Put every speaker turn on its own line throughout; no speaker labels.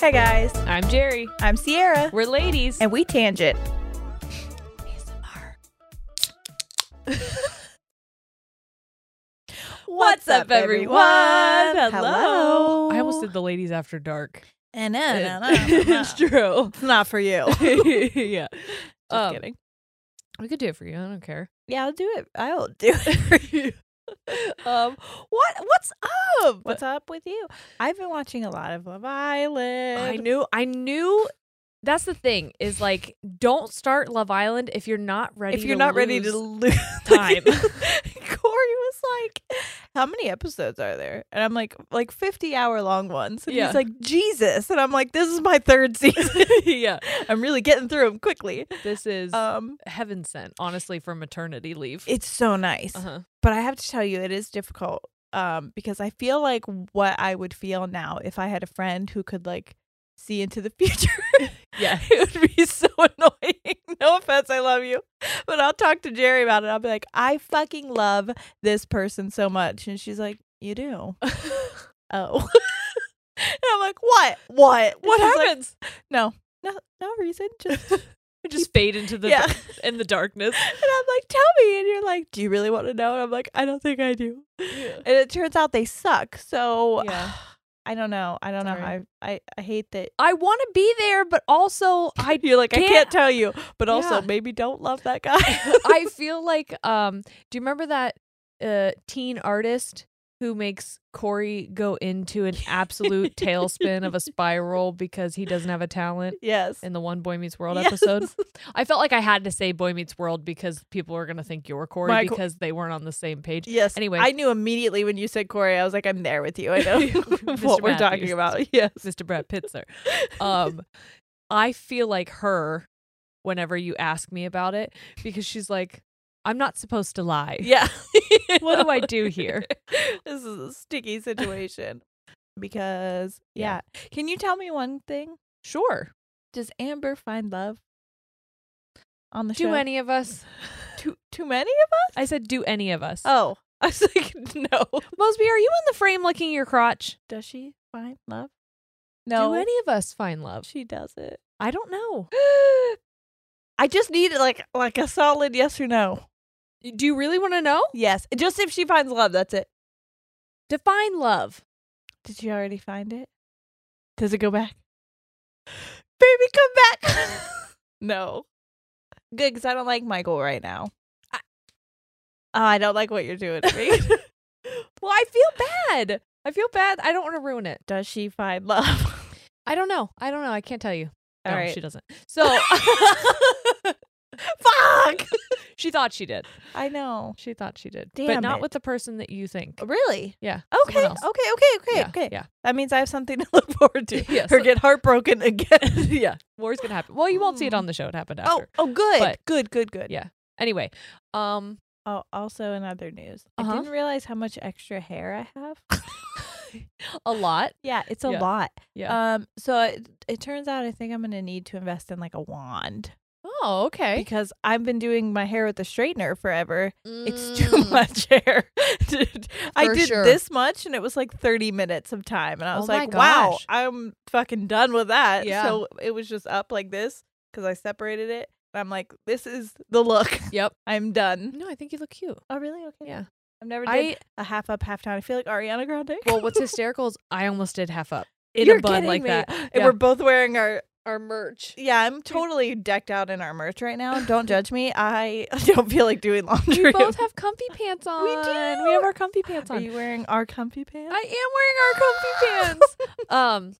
Liz.
I'm Jerry.
I'm Sierra.
We're ladies.
And we tangent.
What's up, everyone?
Hello.
I almost did the ladies after dark.
And then,
it's true.
it's not for you.
yeah.
Just
Um,
kidding.
We could do it for you. I don't care.
Yeah, I'll do it. I'll do it for you.
um, what what's up?
What's up with you? I've been watching a lot of Love Island.
I knew I knew that's the thing is like don't start Love Island if you're not ready
if you're
to
not ready to
lose
lose
time.
Corey was like, "How many episodes are there?" And I'm like, "Like 50 hour long ones." And
Yeah.
he's like, "Jesus!" And I'm like, "This is my third season.
yeah.
I'm really getting through them quickly."
This is
Um,
heaven sent, honestly, for maternity leave.
it's so nice,
uh-huh.
but I have to tell you, it is difficult. Um, because I feel like what I would feel now if I had a friend who could like see into the future.
Yeah.
it would be so annoying. No offense, I love you. But I'll talk to Jerry about it. I'll be like, I fucking love this person so much. And she's like, You do? Oh. and I'm like, What? What?
what
What happened?
happens?
no, no, no reason. Just,
I just fade into the
yeah.
in the darkness.
and I'm like, Tell me. And you're like, Do you really want to know? And I'm like, I don't think I do.
Yeah.
And it turns out they suck. So
Yeah.
I don't know. I don't know. how I,
Sorry.
I, I hate that.
I want to be there, but also I
You're like, I
Can't-
can't tell you, but also
Yeah.
maybe don't love that guy.
I feel like um do you remember that uh teen artist who makes Corey go into an absolute tailspin of a spiral because he doesn't have a talent
yes.
in the one Boy Meets World
Yes.
episode? I felt like I had to say Boy Meets World because people are gonna think you're Corey
My co-
because they weren't on the same page.
Yes.
Anyway.
I knew immediately when you said Corey, I was like, I'm there with you. I know
Mr.
what we're
Matthews.
talking about. Yes.
Mr. Brad Pitzer. Um, I feel like her whenever you ask me about it because she's like, I'm not supposed to lie.
Yeah.
What do I do here?
this is a sticky situation. Because yeah. Can you tell me one thing?
Sure.
Does Amber find love on the
Do
show?
any of us?
too too many of us?
I said, do any of us?
Oh. I was like, no.
Mosby, are you in the frame licking your crotch?
Does she find love? No.
Do any of us find love?
she does it.
I don't know.
I just need like like a solid yes or no.
Do you really want to know?
Yes. Just if she finds love, that's it.
Define love.
Did you already find it? Does it go back? Baby, come back. no. Good, because I don't like Michael right now. I, oh, I don't like what you're doing to me.
Well, I feel bad. I feel bad. I don't want to ruin it.
Does she find love?
I don't know. I don't know. I can't tell you.
All
no,
right.
she doesn't. So
Fuck.
she thought she did.
I know.
She thought she did, but
Damn
not
it.
with the person that you think.
Really?
Yeah.
Okay. Okay.
someone else.
Okay. Okay.
yeah,
okay.
Yeah.
That means I have something to look forward to.
Yes.
Or get heartbroken again.
yeah. War's gonna happen. Well, you won't see it
Mm.
on the show. It happened after.
oh. Oh. Good.
But-
good. Good. Good.
Yeah. Anyway, um,
Oh. Also, in other news, I
Uh-huh.
didn't realize how much extra hair I have.
a lot. Uh,
Yeah, it's a
Yeah.
lot.
Yeah.
Um, so it, it turns out I think I'm gonna need to invest in like a wand
oh, okay.
because I've been doing my hair with a straightener forever. It's too
Mm.
much hair. Dude, I
For
did
sure.
this much and it was like 30 minutes of time, and I
Oh
was
my
like, wow,
gosh.
I'm fucking done with that.
Yeah.
So it was just up like this because I separated it. And I'm like, this is the look.
Yep.
I'm done.
No, I think you look cute.
Oh really? Okay.
Mm-hmm. Yeah.
I've never did
I
a half up, half down. I feel like Ariana Grande.
well, what's hysterical is I almost did half up in
You're
a bun
kidding
like
me.
that.
And
Yeah.
we're both wearing our
Our merch.
Yeah, I'm totally decked out in our merch right now. Don't judge me. I don't feel like doing laundry.
We both have comfy pants on. We have
do.
our comfy pants
Are
on.
you wearing our comfy pants?
I am wearing our comfy pants. Um,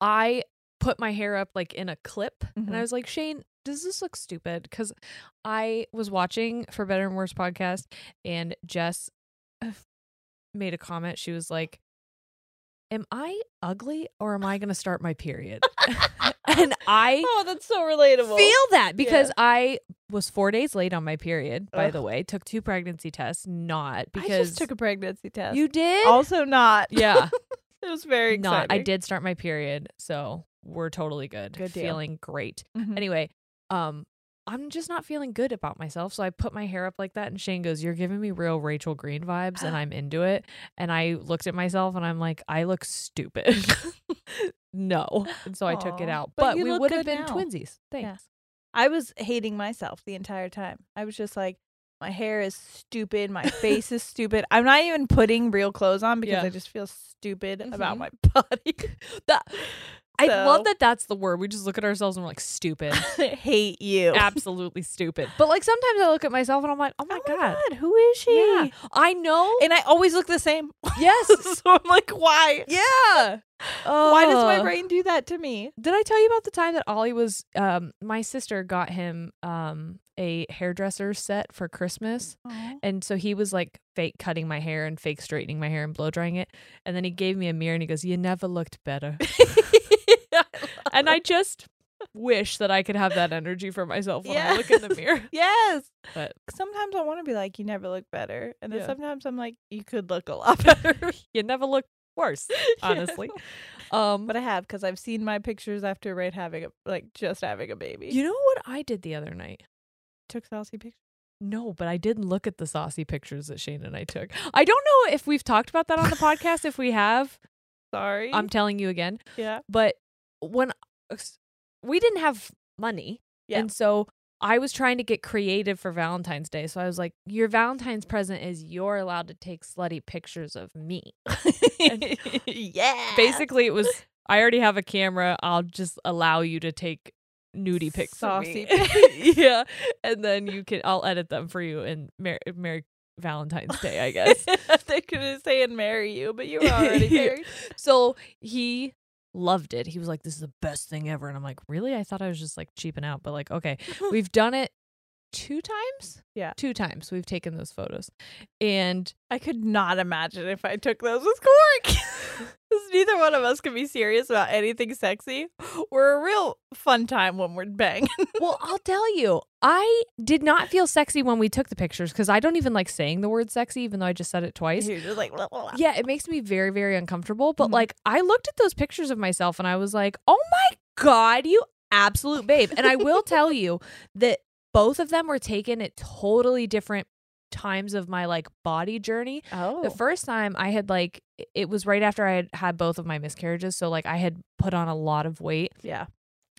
I put my hair up like in a clip, and
Mhm.
I was like, Shane, does this look stupid? Because I was watching for better and worse podcast, and Jess uh, made a comment. She was like, "Am I ugly, or am I going to start my period?" and I
oh, that's so relatable.
feel that because I was four days late on my period. By
Ugh.
the way, took two pregnancy tests. Not because
I just took a pregnancy test.
you did.
also not.
yeah,
it was very
not.
exciting.
I did start my period, so we're totally good.
Good deal.
feeling great.
Mhm.
Anyway, um, I'm just not feeling good about myself, so I put my hair up like that. And Shane goes, "You're giving me real Rachel Green vibes," and I'm into it. And I looked at myself, and I'm like, "I look stupid." no. And so I took it
Aw,
out.
but
But,
you
we
look
would have
good
been
now.
twinsies. Thanks.
Yeah. I was hating myself the entire time. I was just like, my hair is stupid. My face is stupid. I'm not even putting real clothes on because
Yeah.
I just feel stupid about
Mhm.
my body.
That I
So-
love that that's the word. We just look at ourselves and we're like stupid.
hate you.
Absolutely stupid. But like sometimes I look at myself and I'm like, "Oh my,
Oh my
god.
god. who is she?
Yeah. I know.
And I always look the same.
yes.
so I'm like, why?
yeah.
Why does my
Ugh.
brain do that to me?
Did I tell you about the time that Ollie was um my sister got him um a hairdresser set for Christmas and so he was like fake cutting my hair and fake straightening my hair and blow drying it and then he gave me a mirror and he goes, "You never looked better." and I just wish that I could have that energy for myself when I look in the
Yes.
mirror.
Yes.
But-
sometimes I want to be like, you never look better. And then
Yeah.
sometimes I'm like, you could look a lot better.
You never look worse, honestly. Um
But I have because I've seen my pictures after right having a like just having a baby.
you know what I did the other night?
took saucy pictures.
No, but I did look at the saucy pictures that Shane and I took. I don't know if we've talked about that on the podcast. If we have,
Sorry.
I'm telling you again.
yeah.
But when we didn't have money,
Yeah.
and so I was trying to get creative for Valentine's Day. So I was like, "Your Valentine's present is you're allowed to take slutty pictures of me."
yeah.
Basically, it was I already have a camera. I'll just allow you to take nudie pics. of
Saucy
me."
pics.
yeah, and then you can I'll edit them for you and Mer- Merry Valentine's Day, I guess.
they could have saying marry you, but you were already
Yeah.
married.
So he loved it. He was like, "This is the best thing ever," and I'm like, "Really? I thought I was just like cheaping out, but like, okay, we've done it two times.
Yeah.
two times we've taken those photos, and
I could not imagine if I took those with Cork. 'Cause neither one of us can be serious about anything sexy. We're a real fun time when we're banging.
well, I'll tell you, I did not feel sexy when we took the pictures because I don't even like saying the word sexy, even though I just said it twice.
You're just like, blah, blah, blah.
Yeah, it makes me very, very uncomfortable. But
Mhm.
like, I looked at those pictures of myself and I was like, oh my God, you absolute babe. And I will tell you that both of them were taken at totally different times of my like body journey.
Oh.
The first time I had like, it was right after I had had both of my miscarriages. So like, I had put on a lot of weight.
yeah.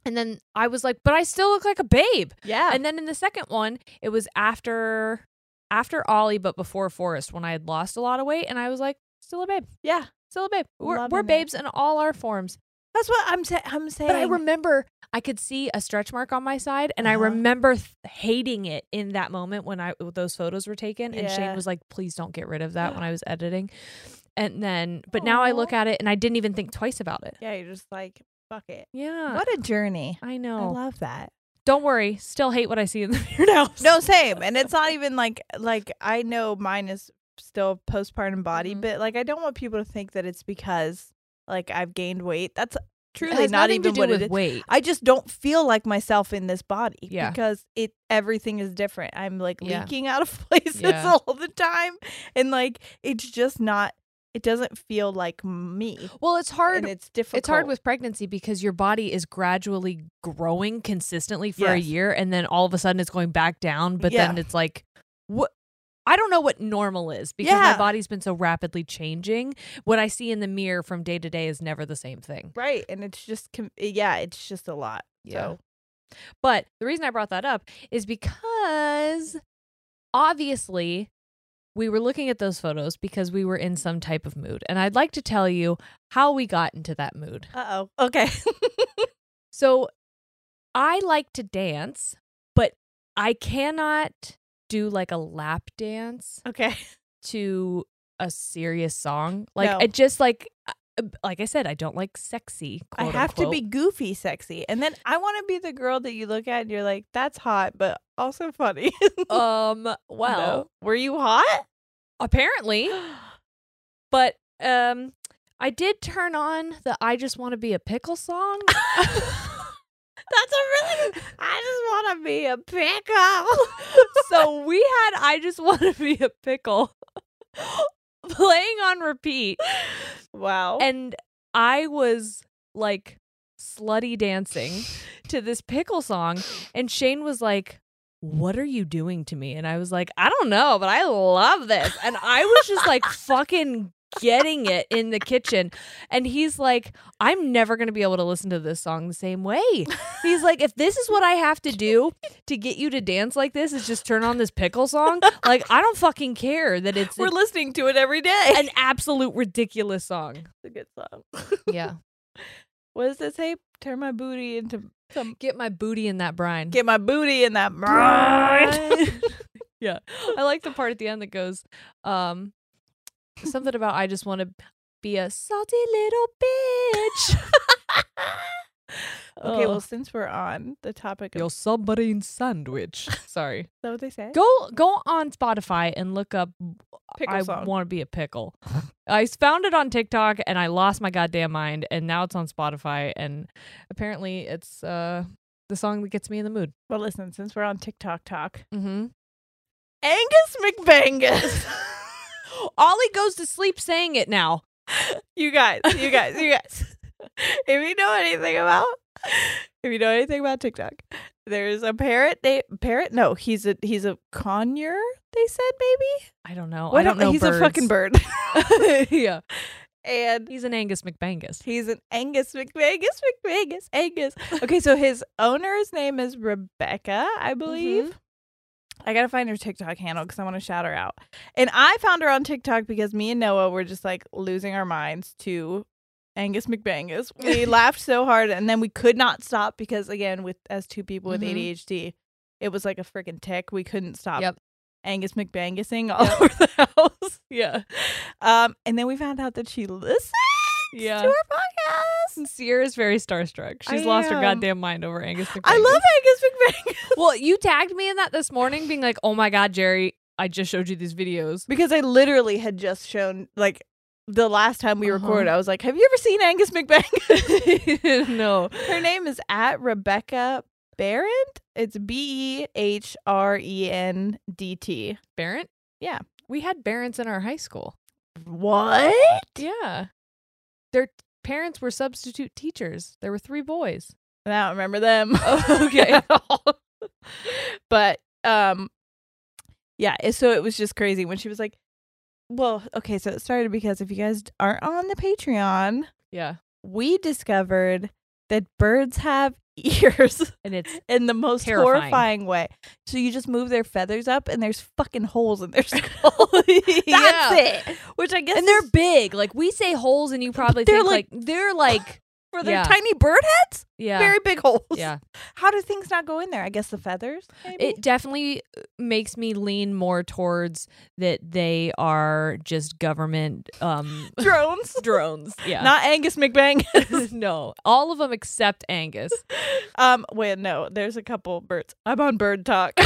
And then I was like, but I still look like a babe.
Yeah.
And then in the second one, it was after after Ollie, but before Forrest, when I had lost a lot of weight, and I was like, still a babe,
yeah.
still a babe. We're,
Loving
we're
it.
babes in all our forms.
That's what I'm, sa- I'm saying.
But I remember I could see a stretch mark on my side, and I
Uh-huh.
remember th- hating it in that moment when I those photos were taken. And Shane
Yeah.
was like, "Please don't get rid of that." when I was editing, and then but now I look
Aw.
at it and I didn't even think twice about it.
yeah, you're just like, fuck it.
Yeah,
What a journey.
I know.
I love that.
don't worry, still hate what I see in the mirror now.
No, same. And it's not even like like I know mine is still postpartum body,
Mhm.
but like I don't want people to think that it's because like I've gained weight. That's
It
truly
has
not
nothing
even
to do
what
with
it is.
weight.
I just don't feel like myself in this body
Yeah.
because it everything is different. I'm like
Yeah.
leaking out of places
Yeah.
all the time and like it's just not it doesn't feel like me.
Well, it's hard
and it's difficult.
It's hard with pregnancy because your body is gradually growing consistently for a
Yes.
year and then all of a sudden it's going back down, but
Yeah.
then it's like what I don't know what normal is because my
Yeah.
body's been so rapidly changing. What I see in the mirror from day to day is never the same thing.
right and it's just com- yeah, it's just a lot. So
But the reason I brought that up is because obviously we were looking at those photos because we were in some type of mood. And I'd like to tell you how we got into that mood.
Uh oh. Okay.
So I like to dance, but I cannot do like a lap dance
okay.
to a serious song. Like
No.
I just like uh, like I said, I don't like sexy.
I
quote,
have
unquote.
to be goofy sexy. And then I want to be the girl that you look at and you're like, that's hot, but also funny.
Um. Well,
No. were you hot?
apparently, but um, I did turn on the "I Just Want to Be a Pickle" song.
that's a really, I just want to be a pickle.
so we had "I Just Want to Be a Pickle" playing on repeat.
wow.
and I was like slutty dancing to this pickle song, and Shane was like, "What are you doing to me?" And I was like, "I don't know, but I love this," and I was just like fucking getting it in the kitchen. And he's like, I'm never going to be able to listen to this song the same way. He's like, if this is what I have to do to get you to dance like this, is just turn on this pickle song. Like, I don't fucking care that it's
We're
an,
listening to it every day.
an absolute ridiculous song.
It's a good song.
Yeah.
What does it say? Turn my booty into some.
Get my booty in that brine.
Get my booty in that brine.
yeah. I like the part at the end that goes, um, something about I just want to be a salty little bitch.
okay,
Oh.
well, since we're on the topic of.
submarine sandwich. Sorry.
Is that what they say?
Go go on Spotify and look up
Pickle
I
song.
want to be a pickle. I found it on TikTok and I lost my goddamn mind and now it's on Spotify and apparently it's uh the song that gets me in the mood.
well, listen, since we're on TikTok talk,
Mm-hmm.
Angus McBangus.
Ollie goes to sleep saying it now.
you guys, you guys, you guys. If you know anything about, if you know anything about TikTok, there's a parrot. They parrot. No, he's a he's a conure. They said maybe.
I don't know.
What
I don't
a-
know.
He's a fucking
birds.
bird,
yeah.
and
He's an Angus McBangus.
he's an Angus McBangus McBangus Angus. Okay, so his owner's name is Rebecca, I believe. I gotta find her TikTok handle because I want to shout her out. And I found her on TikTok because me and Noah were just like losing our minds to Angus McBangus. We laughed so hard, and then we could not stop because again, with as two people with
Mhm.
ADHD, it was like a freaking tick. We couldn't stop.
Yep.
Angus McBangusing all over the house. yeah. Um, and then we found out that she listens
Yeah.
to our podcast.
Sierra's very starstruck. She's
I
lost her
am.
goddamn mind over Angus McBangus.
I love Angus McBangus
Well, you tagged me in that this morning, being like, "Oh my god, Jerry, I just showed you these videos."
because I literally had just shown like the last time we
Uh-huh.
recorded. I was like, "Have you ever seen Angus McBangus?"
no.
Her name is at Rebecca Barrett. It's B E H R E N D T.
Barrett?
Yeah.
We had Barron's in our high school.
What?
Yeah. Their t- parents were substitute teachers. There were three boys.
I don't remember them.
okay.
at all. but um, yeah. it- So it was just crazy when she was like, "Well, okay." So it started because if you guys aren't on the Patreon,
Yeah.
we discovered that birds have ears
And it's
in the most
Terrifying.
horrifying way. So you just move their feathers up, and there's fucking holes in their skull. That's
Yeah.
it. Which I guess
and they're
is
big. Like we say holes, and you probably
They're
think like,
like-
they're like
for their
yeah.
tiny bird heads.
yeah
Very big holes.
yeah.
How do things not go in there? I guess the feathers. Maybe?
It definitely uh, makes me lean more towards that they are just government um
drones.
drones. Yeah.
Not Angus McBang.
no, all of them except Angus.
Um, wait, no, there's a couple birds. I'm on bird talk.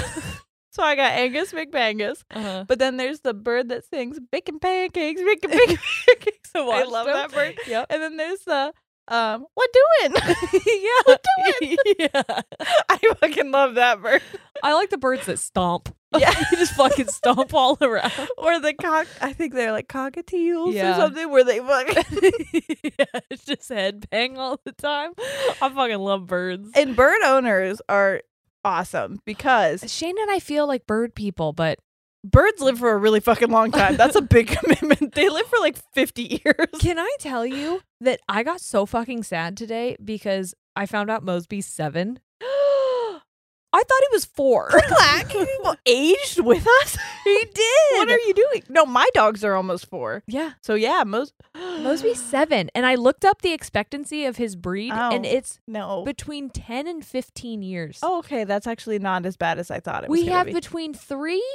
so I got Angus McBangus.
Uh-huh.
But then there's the bird that sings baking pancakes, baking baking pancakes. I
watched
love
them.
that bird.
Yep.
And then there's the um, what doing?
yeah.
what doing?
yeah.
I fucking love that bird.
I like the birds that stomp.
Yeah.
you just fucking stomp all around.
Or the cock. I think they're like cockatiels
Yeah.
or something. Where they fuck.
yeah, it's just headbang all the time. I fucking love birds.
and bird owners are awesome because
Shane and I feel like bird people, but
birds live for a really fucking long time. That's a big commitment. They live for like fifty years.
can I tell you that I got so fucking sad today because I found out Mosby's seven. I thought he was four.
Clack aged with us.
he did.
What are you doing? No, my dogs are almost four.
yeah,
So yeah, most
Mosby's seven, and I looked up the expectancy of his breed, and
Oh.
it's
No.
between ten and fifteen years.
oh, okay. That's actually not as bad as I thought it was.
we
gonna
have
be.
between three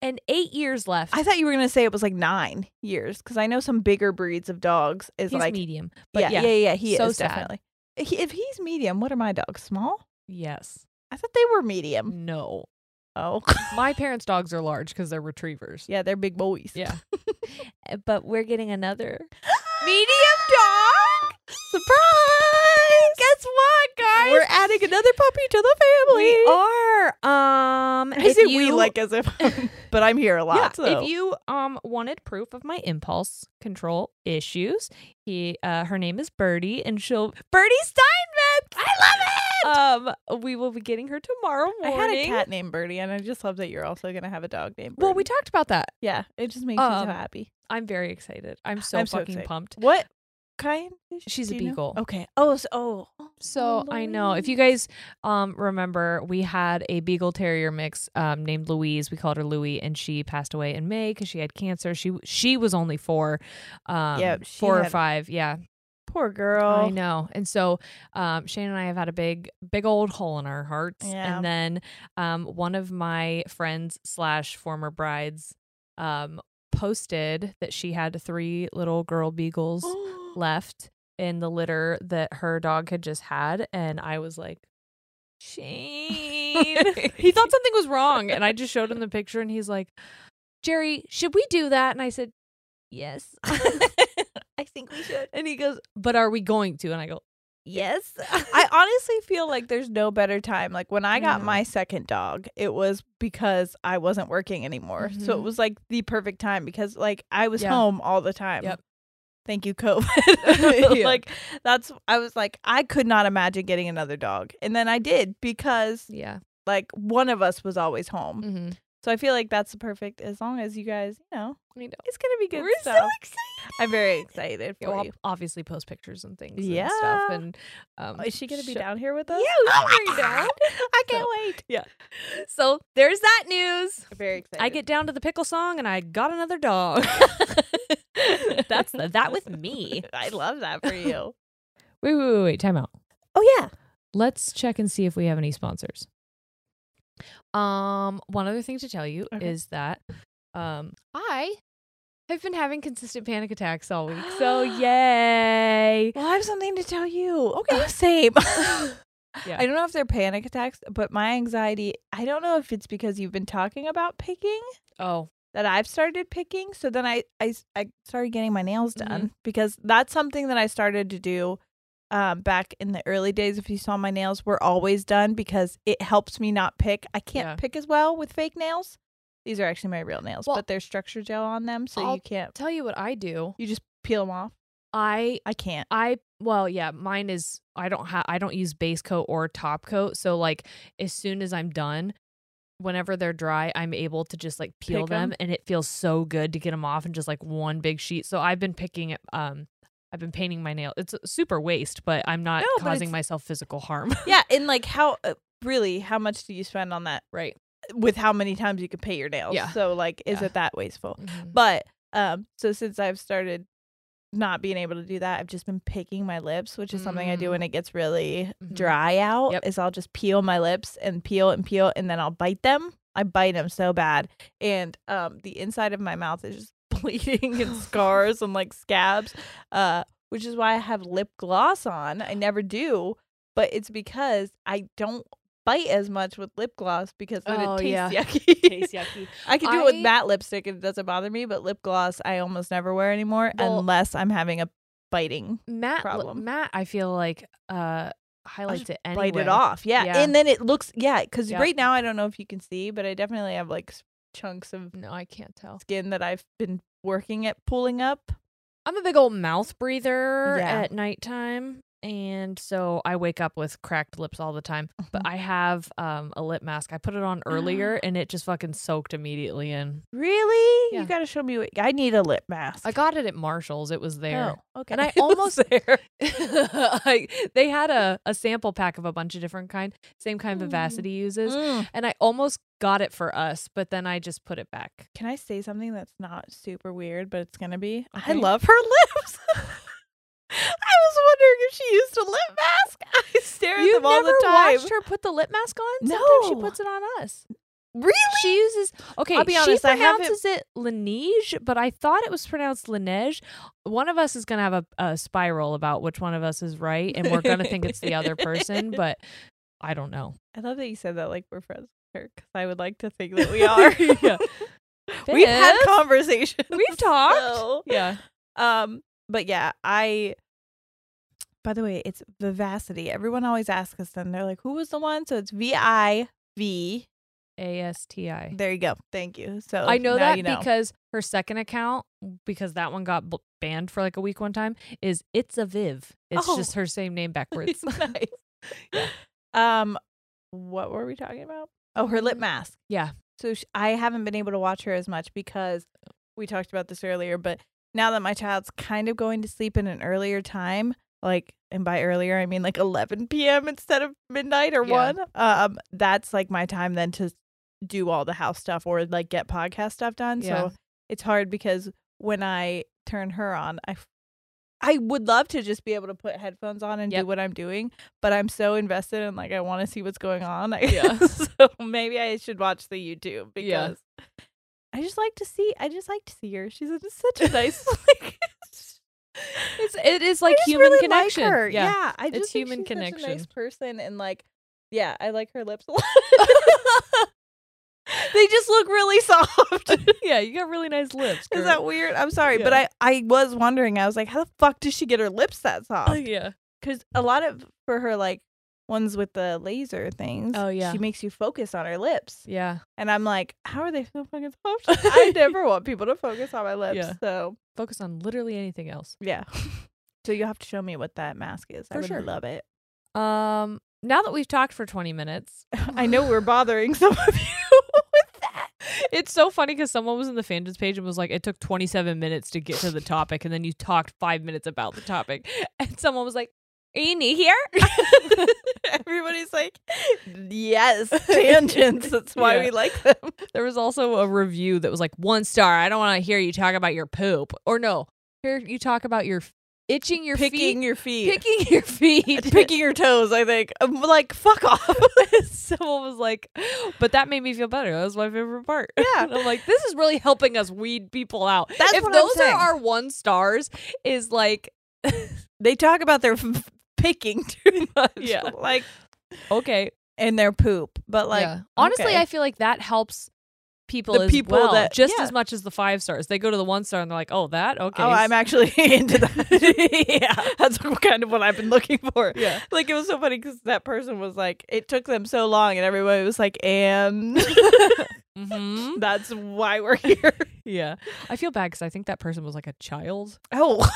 and eight years left.
I thought you were gonna say it was like nine years because I know some bigger breeds of dogs is
he's
like
medium, but
yeah,
yeah,
yeah, yeah, He
So
is
sad.
definitely. He, if he's medium, what are my dogs? Small?
yes,
I thought they were
Mm.
medium.
no.
Oh,
My parents' dogs are large because they're retrievers.
yeah, they're big boys.
Yeah. but we're getting another.
medium dog. Surprise! Guess what, guys? We're adding another puppy to the family.
We are. Um,
I
if
say we
you-
like as if, but I'm here a lot.
Yeah,
so
if you um wanted proof of my impulse control issues, he uh her name is Birdie, and she'll Birdie Steinmetz. I love it. Um, we will be getting her tomorrow
I
morning.
had a cat named Birdie, and I just love that you're also gonna have a dog named. Birdie.
Well, we talked about that.
yeah, it just makes me so
Um,
happy.
I'm very excited. I'm so
I'm so
fucking
excited.
pumped.
What kind? is she?
She's a
Do you know?
beagle.
Okay. Oh, so, oh.
So I know if you guys um remember, we had a beagle terrier mix um named Louise. We called her Louie, and she passed away in May because she had cancer. She she was only four, um,
Yep, she
four or
had- Oh.
five. Yeah,
poor girl.
I know. And so um, Shane and I have had a big, big old hole in our hearts.
Yeah.
And then um, one of my friends slash former brides um, posted that she had three little girl beagles left in the litter that her dog had just had. And I was like, Shane. he thought something was wrong. And I just showed him the picture and he's like, Jerry, should we do that? And I said, Yes.
I think we should.
and he goes, But are we going to? And I go,
Yes. I honestly feel like there's no better time. Like when I got
No.
my second dog, it was because I wasn't working anymore. So it
Mhm.
was like the perfect time because like I was
Yeah.
home all the time.
Yep.
Thank you, COVID.
Yeah.
Like that's I was like, I could not imagine getting another dog. And then I did because
Yeah.
like one of us was always home.
Mm-hmm.
So I feel like that's the perfect as long as you guys, you know,
I know.
it's gonna be good
We're so
stuff. I'm very excited for
Well,
you.
obviously, post pictures and things.
Yeah.
And stuff. And um,
Oh, Is she gonna be
she'll-
down here with us?
Yeah,
oh
she's
my
gonna be down.
God. I can't
So-
wait.
So there's that news.
Very excited.
I get down to the pickle song and I got another dog. That's the that with me.
I love that for you.
Wait, wait, wait, wait. Time out.
Oh yeah.
Let's check and see if we have any sponsors. Um, one other thing to tell you
Okay.
is that um I have been having consistent panic attacks all week. So yay.
Well, I have something to tell you. Okay, same.
Yeah.
I don't know if they're panic attacks, but my anxiety, I don't know if it's because you've been talking about picking
Oh,
that I've started picking. So then I I, s- I started getting my nails
Mhm.
done because that's something that I started to do um, back in the early days. If you saw my nails were always done because it helps me not pick. I can't
Yeah.
pick as well with fake nails. These are actually my real nails,
Well,
but there's structure gel on them, so
I'll
you can't.
tell you what I do.
You just peel them off.
I
I can't.
I well, yeah, mine is I don't have I don't use base coat or top coat. So like as soon as I'm done, whenever they're dry, I'm able to just like peel
Pick
them
'em?
and it feels so good to get them off and just like one big sheet. So I've been picking it um I've been painting my nail. It's a super waste, but I'm not
No, but
causing
it's-
myself physical harm.
yeah, and like how uh, really how much do you spend on that
right.
with how many times you can pay your nails?
Yeah.
So like is
Yeah.
it that wasteful?
Mm-hmm.
But um so since I've started not being able to do that, I've just been picking my lips, which is something I do when it gets really
Mhm.
dry out.
Mm. Yep.
Is I'll just peel my lips and peel and peel and then I'll bite them. I bite them so bad. And um the inside of my mouth is just bleeding and scars and like scabs. Uh which is why I have lip gloss on. I never do, but it's because I don't bite as much with lip gloss because then
Oh,
it tastes
yeah.
yucky.
yucky.
I can do it with
I-
matte lipstick and it doesn't bother me, but lip gloss I almost never wear anymore
Well-
unless I'm having a biting.
Matt
Problem.
Matt, I feel like uh highlights it anyway.
Bite it off. Yeah.
Yeah.
And then it looks, yeah, because
Yeah.
right now I don't know if you can see, but I definitely have like s- chunks of
No, I can't tell.
skin that I've been working at pulling up.
I'm a big old mouth breather
Yeah.
at nighttime. And so I wake up with cracked lips all the time. But
Mm-hmm.
I have um, a lip mask. I put it on earlier and it just fucking soaked immediately in.
Really?
Yeah.
You got to show me what I need a lip mask.
I got it at Marshall's. It was there.
Oh, okay.
And I
It was
almost-
there.
I, they had a, a sample pack of a bunch of different kind, same kind
Mm.
Vivacity uses.
Mm.
And I almost got it for us, but then I just put it back.
Can I say something that's not super weird, but it's gonna be?
Okay.
I love her lips. I was wondering if she used a lip mask. I stare at
You've
them all
never
the time.
watched her put the lip mask on? Sometimes she
No.
puts it on us.
Really?
She uses okay.
I'll be honest,
she
I haven't-
pronounces it Laneige, but I thought it was pronounced Laneige. One of us is gonna have a, a spiral about which one of us is right, and we're gonna think it's the other person, but I don't know.
I love that you said that like we're friends with her because I would like to think that we are.
Yeah.
We've had
Viv,
conversations.
we've talked.
so-
yeah,
Um, but yeah, I. By the way, it's Vivacity. Everyone always asks us, and they're like, "Who was the one?" So it's V I V.
A S T I.
There you go. Thank you. So
I know
now
that
you know.
because her second account, because that one got bl- banned for like a week one time, is it's a Viv. It's
Oh.
just her same name backwards.
nice. Um, what were we talking about? Oh, her lip
Mm,
mask.
yeah.
So sh I haven't been able to watch her as much because we talked about this earlier, but now that my child's kind of going to sleep in an earlier time, like and by earlier I mean like 11 p.m. instead of midnight or
Yeah.
1, um that's like my time then to do all the house stuff or like get podcast stuff done.
Yeah.
So it's hard because when I turn her on, I f- I would love to just be able to put headphones on and
Yep.
do what I'm doing, but I'm so invested in like I want to see what's going on.
Yeah.
so maybe I should watch the YouTube because
Yeah.
I just like to see. I just like to see her. She's in such a nice like.
It's it is like
I just
human
really like
connection.
her.
Yeah.
I just think
human
she's such a nice
connection.
person and like, yeah, I like her lips a lot. they just look really soft.
yeah, you got really nice lips.
Is that weird? I'm sorry, but
Yeah.
I I was wondering. I was like, how the fuck does she get her lips that soft?
yeah.
because a lot of for her like ones with the laser things.
Oh, yeah.
she makes you focus on her lips,
Yeah.
and I'm like, how are they so fucking soft? I never want people to focus on my lips.
Yeah.
So
Focus on literally anything else.
yeah, so you'll have to show me what that mask is. I
For
would
sure.
love it.
Um now that we've talked for 20 minutes,
I know we're bothering some of you with that.
it's so funny cuz someone was in the fans page and was like it took 27 minutes to get to the topic and then you talked 5 minutes about the topic. And someone was like, "Are you new here?"
Everybody's like, yes, tangents. That's why
Yeah.
we like them.
There was also a review that was like one star. I don't want to hear you talk about your poop. Or no, here you talk about your f- itching your
Picking
feet,
your feet,
picking your feet,
picking your toes. I think I'm like, fuck off.
Someone was like, but that made me feel better. That was my favorite part.
Yeah.
And I'm like, this is really helping us weed people out.
That's
if
what I'm
those
saying.
are our one stars, is like,
they talk about their f- picking too much.
Yeah.
Like
okay.
and their poop, but like
yeah. Honestly,
okay.
I feel like that helps people
The
as
people
well,
that-
just
yeah.
as much as the five stars. They go to the one star and they're like, oh, that? Okay.
oh, I'm actually into that. yeah, that's kind of what I've been looking for.
yeah.
Like it was so funny because that person was like, it took them so long, and everybody was like, and
hmm
that's why we're here.
Yeah. I feel bad because I think that person was like a child.
Oh,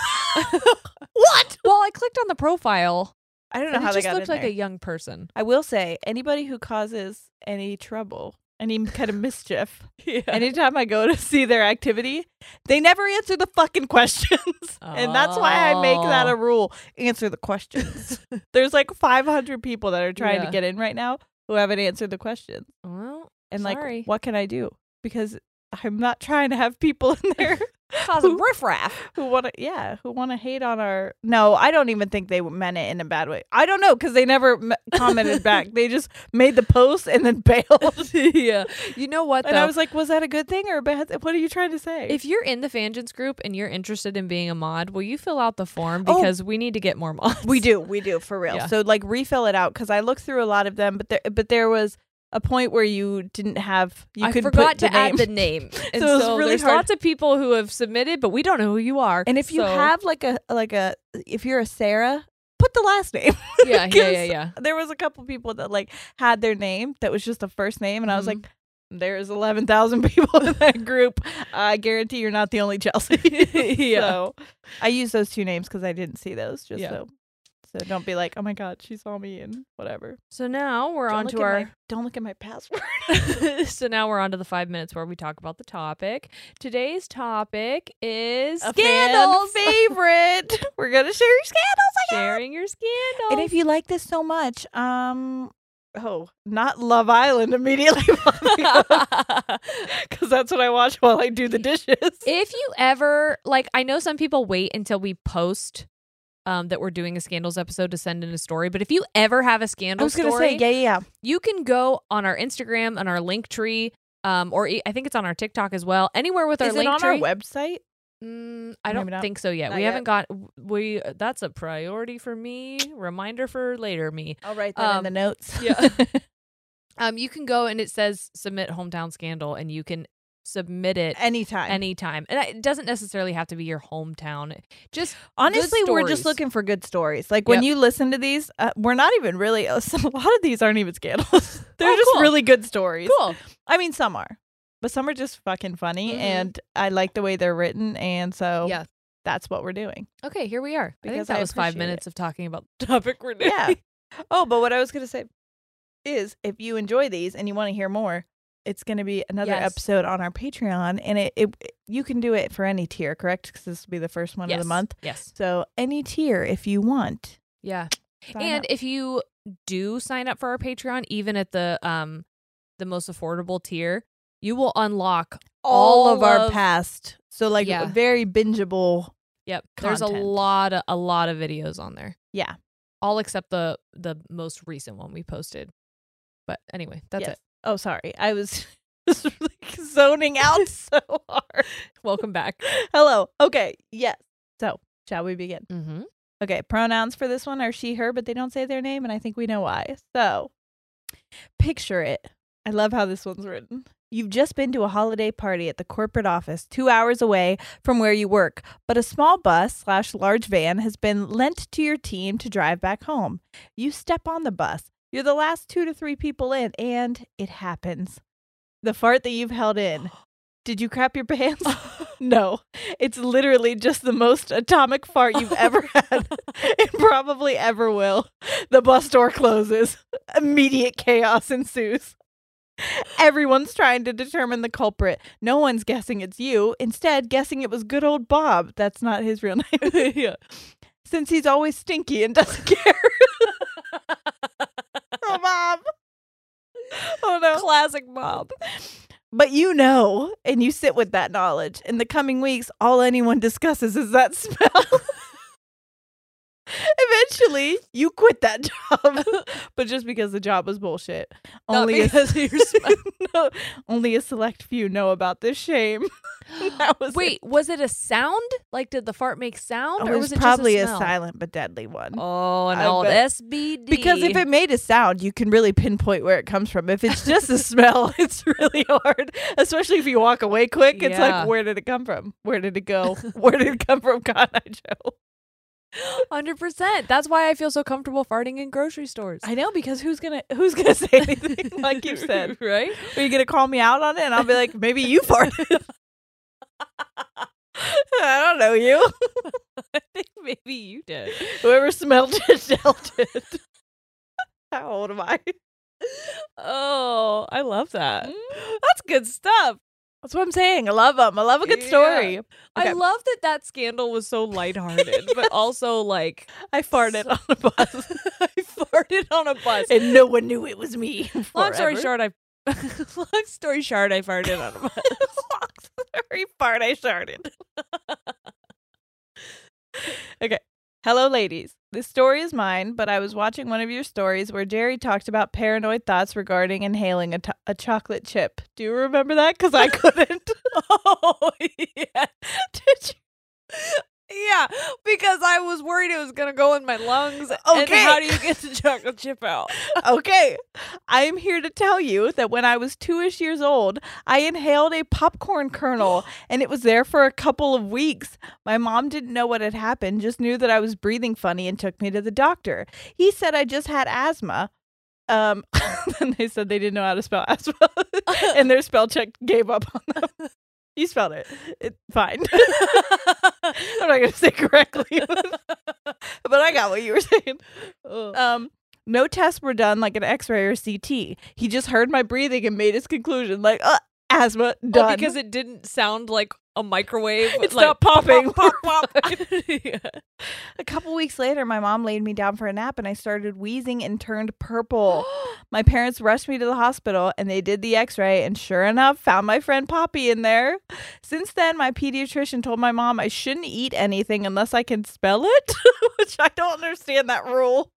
what?
Well, I clicked on the profile.
I don't know
And
how
it
they
just
got
looked
in
like
there.
a young person.
I will say, anybody who causes any trouble, any kind of mischief,
Yeah.
Anytime I go to see their activity, they never answer the fucking questions. and that's why I make that a
Oh.
rule. Answer the questions. There's like 500 people that are trying
Yeah.
to get in right now who haven't answered the questions.
well,
And
Sorry.
like, what can I do? Because I'm not trying to have people in there
causing riffraff.
who want to, yeah, who want to hate on our. No, I don't even think they meant it in a bad way. I don't know because they never m- commented back. They just made the post and then bailed.
yeah. You know what,
And I
though?
was like, was that a good thing or a bad? Thing? What are you trying to say?
If you're in the Fangents group and you're interested in being a mod, will you fill out the form?
Oh.
Because we need to get more mods.
We do, we do for real.
Yeah.
So like refill it out because I looked through a lot of them, but there but there was a point where you didn't have you
I
couldn't
forgot
put
to
the
add
name.
the name. And
So it
so,
was really
there's
hard.
lots of people who have submitted, but we don't know who you are.
And if you
So-
have like a like a if you're a Sarah, put the last name.
yeah, yeah, yeah,
'cause-
yeah.
there was a couple people that like had their name that was just the first name, and I was
Mhm.
like, there's eleven thousand people in that group. I guarantee you're not the only Chelsea.
Yeah.
So I use those two names because I didn't see those. Just
Yeah.
so so don't be like, oh my god, she saw me and whatever.
So now we're
Don't
on
look
to
at
our
my- don't look at my password.
so now we're on to the five minutes where we talk about the topic. Today's topic is
a
scandals.
favorite. We're gonna share your scandals, I guess.
Sharing your scandals.
And if you like this so much, um, oh, not Love Island immediately, because that's what I watch while I do the dishes.
if you ever like, I know some people wait until we post um, that we're doing a scandals episode to send in a story. But if you ever have a
I
scandal
was gonna
story,
say, yeah, yeah, yeah.
you can go on our Instagram on our link tree. Um, or e- I think it's on our TikTok as well. Anywhere with our
Is it
link
on
tree,
our website?
Mm, I
Maybe
don't
not.
think so yet.
Not
we
yet.
haven't got we. That's a priority for me. Reminder for later me.
I'll write
that in the
notes.
Yeah. um, you can go and it says submit hometown scandal, and you can submit it
Anytime.
anytime. And it doesn't necessarily have to be your hometown. Just
Honestly, we're just
stories.
looking for good stories. Like when
Yep.
you listen to these, uh, we're not even really. uh, A lot of these aren't even scandals. They're
Oh,
just
cool.
really good stories.
cool.
I mean, some are, but some are just fucking funny,
Mhm.
and I like the way they're written, and so
Yeah.
that's what we're doing.
Okay, here we are. I think
Because
that
I
was five
appreciate it.
minutes of talking about the topic we're doing.
Yeah. oh, but what I was gonna say is, if you enjoy these and you want to hear more, it's going to be another
Yes.
episode on our Patreon, and it, it you can do it for any tier, correct? Because this will be the first one
yes.
of the month.
Yes.
So any tier if you want.
Yeah.
Sign
and
up.
if you do sign up for our Patreon, even at the um the most affordable tier, you will unlock
all, of our
of-
past, so like
Yeah.
very bingeable.
Yep. There's a
Content.
lot of a lot of videos on there.
Yeah.
All except the the most recent one we posted. But anyway, that's
Yes.
it.
Oh, sorry, I was just like zoning out so hard.
Welcome back.
Hello. Okay. Yes. So shall we begin?
mm-hmm.
Okay, pronouns for this one are she, her, but they don't say their name, and I think we know why. So, picture it. I love how this one's written. You've just been to a holiday party at the corporate office, two hours away from where you work, but a small bus slash large van has been lent to your team to drive back home. You step on the bus. You're the last two to three people in, and it happens. The fart that you've held in. Did you crap your pants? no. It's literally just the most atomic fart you've ever had it probably ever will. The bus door closes. Immediate chaos ensues. Everyone's trying to determine the culprit. No one's guessing it's you. Instead, guessing it was good old Bob. That's not his real name. yeah. Since he's always stinky and doesn't care. oh, Bob. Oh, no.
Classic Bob.
But you know, and you sit with that knowledge. In the coming weeks, all anyone discusses is that smell. Eventually, you quit that job, but just because the job was bullshit.
Not
Only a,
because of your smell.
No, only a select few know about this shame. that was it.
Wait, was it a sound? Like, did the fart make sound,
Oh, It
or was
was
it
probably
just
a,
smell?
silent but deadly one.
Oh, an
I
old
bet.
SBD.
Because if it made a sound, you can really pinpoint where it comes from. If it's just a smell, it's really hard, especially if you walk away quick. It's
Yeah.
like, where did it come from? Where did it go? where did it come from, God, I Joe?
hundred percent, that's why I feel so comfortable farting in grocery stores.
I know because who's gonna who's gonna say anything like you said?
right?
Are you gonna call me out on it? And I'll be like, maybe you farted. I don't know you.
I think maybe you did.
Whoever smelled it dealt it. How old am I?
Oh, I love
Mm.
that. That's good stuff.
That's what I'm saying. I love them. I love a good
Yeah.
story.
I
Okay.
love that that scandal was so lighthearted, but also like
I farted
So-
on a bus.
I farted on a bus.
and no one knew it was me.
Long story
forever.
short, I long story short, I farted on a bus.
Long story part I started. okay. Hello, ladies. This story is mine, but I was watching one of your stories where Jerry talked about paranoid thoughts regarding inhaling a, to- a chocolate chip. Do you remember that? Because I couldn't.
oh yeah.
Did you?
Yeah, because I was worried it was gonna go in my lungs. And
Okay.
how do you get the chocolate chip out?
Okay. I am here to tell you that when I was two ish years old, I inhaled a popcorn kernel and it was there for a couple of weeks. My mom didn't know what had happened, just knew that I was breathing funny and took me to the doctor. He said I just had asthma. Um, and they said they didn't know how to spell asthma,
Oh,
and their spell check gave up on them. You spelled it. It fine. I'm not gonna say correctly, but, but I got what you were saying.
oh,
Um, no tests were done, like an X-ray or CT. He just heard my breathing and made his conclusion, like uh, asthma done.
Oh, because it didn't sound like a microwave.
It's
like,
not popping.
Pop, pop, pop. Yeah.
a couple weeks later, my mom laid me down for a nap, and I started wheezing and turned purple. my parents rushed me to the hospital, and they did the X-ray, and sure enough, found my friend Poppy in there. Since then, my pediatrician told my mom I shouldn't eat anything unless I can spell it, which I don't understand that rule.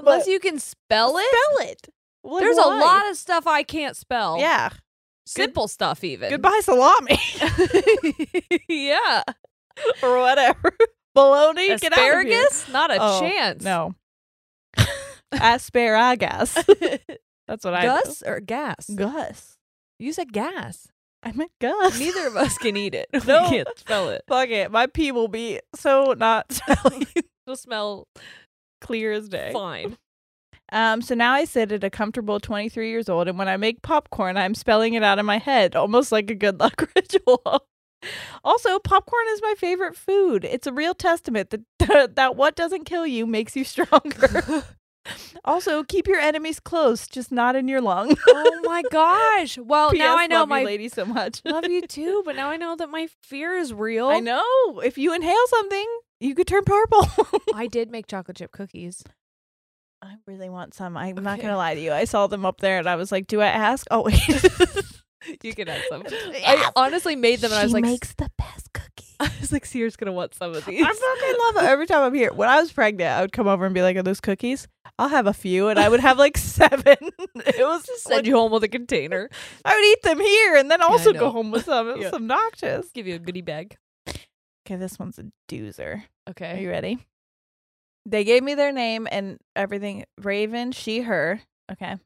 Unless you can spell it.
spell it. Like,
There's
why?
a lot of stuff I can't spell.
yeah.
Simple stuff even.
Goodbye salami
yeah.
or whatever. Bologna, get out of here.
Asparagus? Not a
Oh,
chance.
No. Asparagus. That's what I
Gus or gas?
do. Gus.
You said gas.
I meant Gus.
Neither of us can eat it.
No.
We can't spell it.
Fuck it. My pee will be so not smelly.
It'll smell
clear as day.
fine.
Um, so now I sit at a comfortable 23 years old, and when I make popcorn, I'm spelling it out in my head, almost like a good luck ritual. also, popcorn is my favorite
Oh
food. It's a real testament that that what doesn't kill you makes you stronger. Also, keep your enemies close, just not in your lung.
oh my gosh. Well, now
PS,
I know
love you,
my
lady so much.
love you too, but now I know that my fear is real.
I know. If you inhale something, you could turn purple.
I did make chocolate chip cookies.
I really want some. I'm not
Okay.
gonna lie to you. I saw them up there, and I was like, "Do I ask?" Oh wait.
You can have some. I
Yes.
honestly made them and I was
She
like
makes the best cookies.
I was like, Sears gonna want some of
I
these.
fucking love it. Every time I'm here, when I was pregnant, I would come over and be like, "Are those cookies?" I'll have a few, and I would have like seven. It was just
Send
like
you home with a container.
I would eat them here, and then also
know.
go home with some. It was
Yeah.
obnoxious.
Give you a goodie bag.
Okay, this one's a doozer. Are
Okay.
you ready? They gave me their name and everything. Raven, she, her. Okay.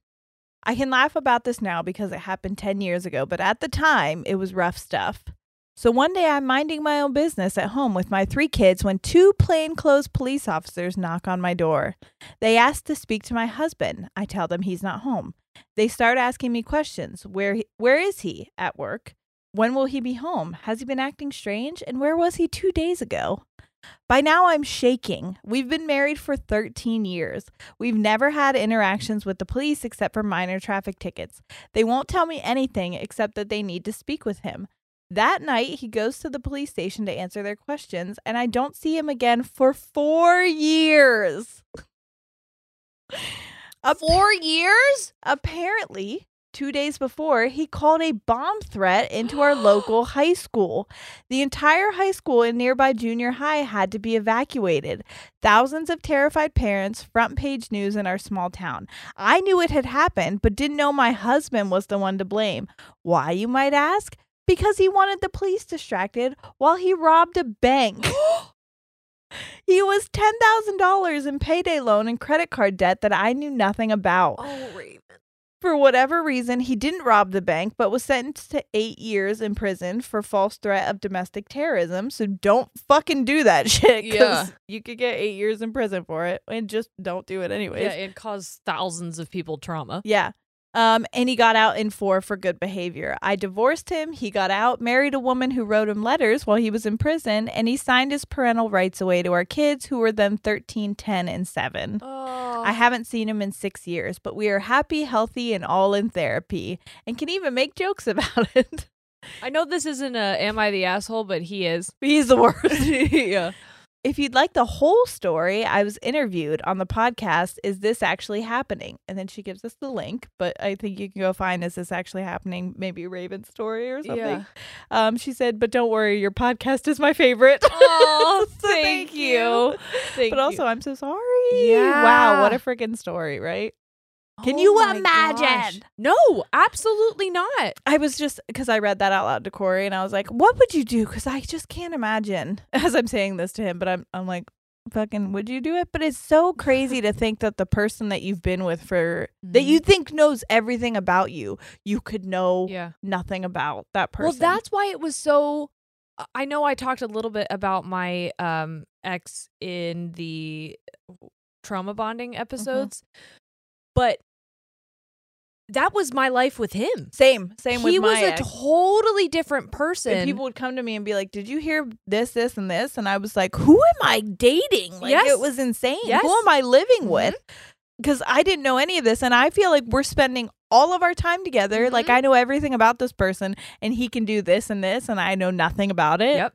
I can laugh about this now because it happened 10 years ago, but at the time it was rough stuff. So one day I'm minding my own business at home with my three kids when two plainclothes police officers knock on my door. They ask to speak to my husband. I tell them he's not home. They start asking me questions. Where he, where is he at work? When will he be home? Has he been acting strange? And where was he 2 days ago? By now, I'm shaking. We've been married for 13 years. We've never had interactions with the police except for minor traffic tickets. They won't tell me anything except that they need to speak with him. That night, he goes to the police station to answer their questions, and I don't see him again for four years.
Four years?
Apparently, two days before, he called a bomb threat into our local high school. The entire high school and nearby junior high had to be evacuated. Thousands of terrified parents, front page news in our small town. I knew it had happened, but didn't know my husband was the one to blame. Why, you might ask? Because he wanted the police distracted while he robbed a bank. he was $10,000 in payday loan and credit card debt that I knew nothing about.
Oh Raven.
For whatever reason, he didn't rob the bank, but was sentenced to eight years in prison for false threat of domestic terrorism. So don't fucking do that shit. 'cause
Yeah.
You could get eight years in prison for it and just don't do it anyways.
Yeah, it caused thousands of people trauma.
Yeah. Um, and he got out in four for good behavior. I divorced him. He got out, married a woman who wrote him letters while he was in prison, and he signed his parental rights away to our kids, who were then 13, 10, and 7.
Oh
I haven't seen him in six years, but we are happy, healthy, and all in therapy and can even make jokes about it.
I know this isn't a am I the asshole, but he is.
He's the worst.
yeah.
If you'd like the whole story, I was interviewed on the podcast, Is This Actually Happening? And then she gives us the link, but I think you can go find Is This Actually Happening? Maybe Raven's story or something.
Yeah.
Um, she said, But don't worry, your podcast is my favorite.
Oh,
So
thank, you. Thank
But
you.
also, I'm so sorry.
Yeah. Oh
Wow, what a freaking story, right? Can you
my
imagine?
No, absolutely not.
I was just because I read that out loud to Corey, and I was like, "What would you do?" Because I just can't imagine as I'm saying this to him, but I'm I'm like, "Fucking, would you do it?" But it's so crazy to think that the person that you've been with for that
Mhm.
you think knows everything about you, you could know
Yeah.
nothing about that person.
Well, that's why it was so. I- I know I talked a little bit about my um ex in the trauma bonding
Mm-hmm.
episodes, but that was my life with him.
same, same
he
with my
was a
ex.
totally different person.
And people would come to me and be like, "Did you hear this, this, and this?" And I was like, "Who am I dating?" Like
Yes.
it was insane.
Yes.
Who am I living
Mhm.
with? Because I didn't know any of this, and I feel like we're spending all of our time together. Like
Mhm.
I know everything about this person, and he can do this and this, and I know nothing about it.
Yep.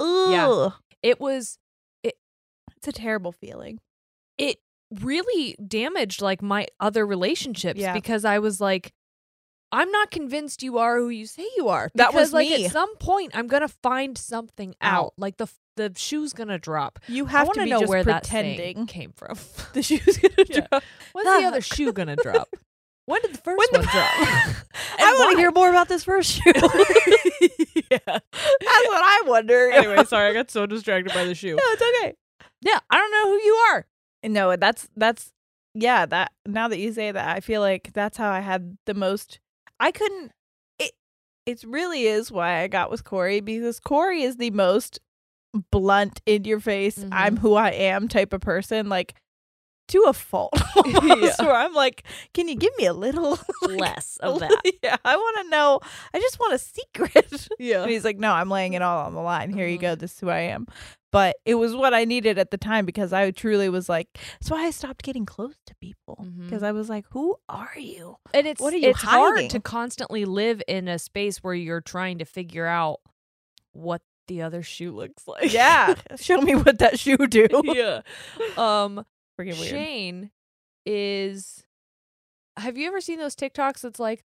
Ugh.
Yeah. It was
It's a terrible feeling.
it really damaged like my other relationships
Yeah.
because I was like, I'm not convinced you are who you say you are.
That was
Because, like
me.
at some point I'm gonna find something out.
Out.
Like the f- the shoe's gonna drop.
You
I
have
want
to
to
be
know
just
where that
pretending.
thing came from.
the shoe's gonna
Yeah.
drop.
When's the other shoe gonna drop? When did the first
When the-
one drop?
I
And
want to
why?
hear more about this first shoe. That's
yeah.
what I wonder.
sorry, I got so distracted by the shoe.
no, it's okay.
Yeah, I don't know who you are.
No, that's that's yeah, that now that you say that, I feel like that's how I had the most I couldn't it it really is why I got with Corey because Corey is the most blunt in your face,
Mhm.
I'm who I am type of person, like to a fault almost, where I'm like, Can you give me a little like,
Less
a li- yeah, I wanna know I just want a secret.
Yeah.
and he's like, No, I'm laying it all on the line. Here you
Mhm.
go, this is who I am. but it was what I needed at the time because I truly was like, that's why I stopped getting close to people because I was like, who are you?
And it's
What are you
it's hard to
hiding?
constantly live in a space where you're trying to figure out what the other shoe looks like.
Yeah, show me what that shoe do.
yeah. Um
Freaking weird.
Shane is Have you ever seen those TikToks that's like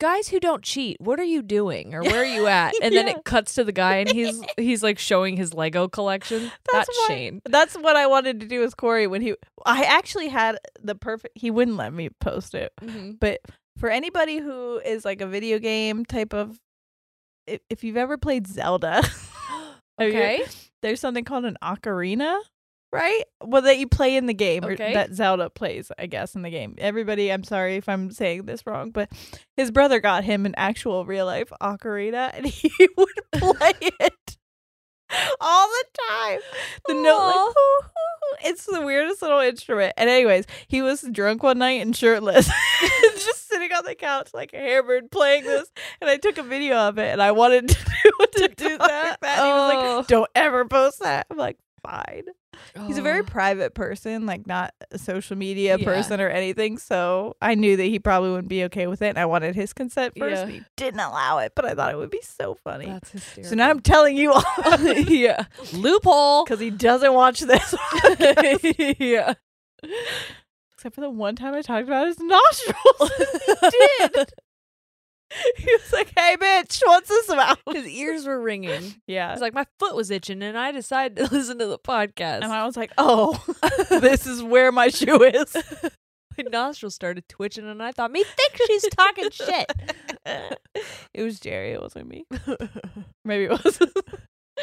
guys who don't cheat, what are you doing or where are you at? And then
Yeah.
it cuts to the guy and he's he's like showing his Lego collection.
That's why-
Shane.
That's what I wanted to do with Corey when he. I actually had the perfect. He wouldn't let me post it, but for anybody who is like a video game type of, if, if you've ever played Zelda, have you-
Okay.
there's something called an ocarina, right? Well, that you play in the game,
Okay.
or that Zelda plays, I guess, in the game. Everybody, I'm sorry if I'm saying this wrong, but his brother got him an actual real life ocarina, and he would play it all the time. The note, like,
Aw.
"Hoo, hoo, hoo." it's the weirdest little instrument. And anyways, he was drunk one night and shirtless, just sitting on the couch like a hammered, playing this. And I took a video of it, and I wanted to do, to do that. And he was like,
Oh.
don't ever post that. I'm like, fine. He's a very
Oh.
private person, like not a social media
Yeah.
person or anything. So I knew that he probably wouldn't be okay with it. And I wanted his consent first.
Yeah.
and He didn't allow it, but I thought it would be so funny.
That's hysterical.
so now I'm telling you all
yeah. Loophole.
because he doesn't watch this.
yeah.
Except for the one time I talked about his nostrils. he did. He was like, hey, bitch, what's this about?
His ears were ringing.
Yeah.
It's like my foot was itching and I decided to listen to the podcast.
And I was like, oh, this is where my shoe is.
my nostrils started twitching and I thought, me think she's talking shit.
it was Jerry. It wasn't me. Maybe it was.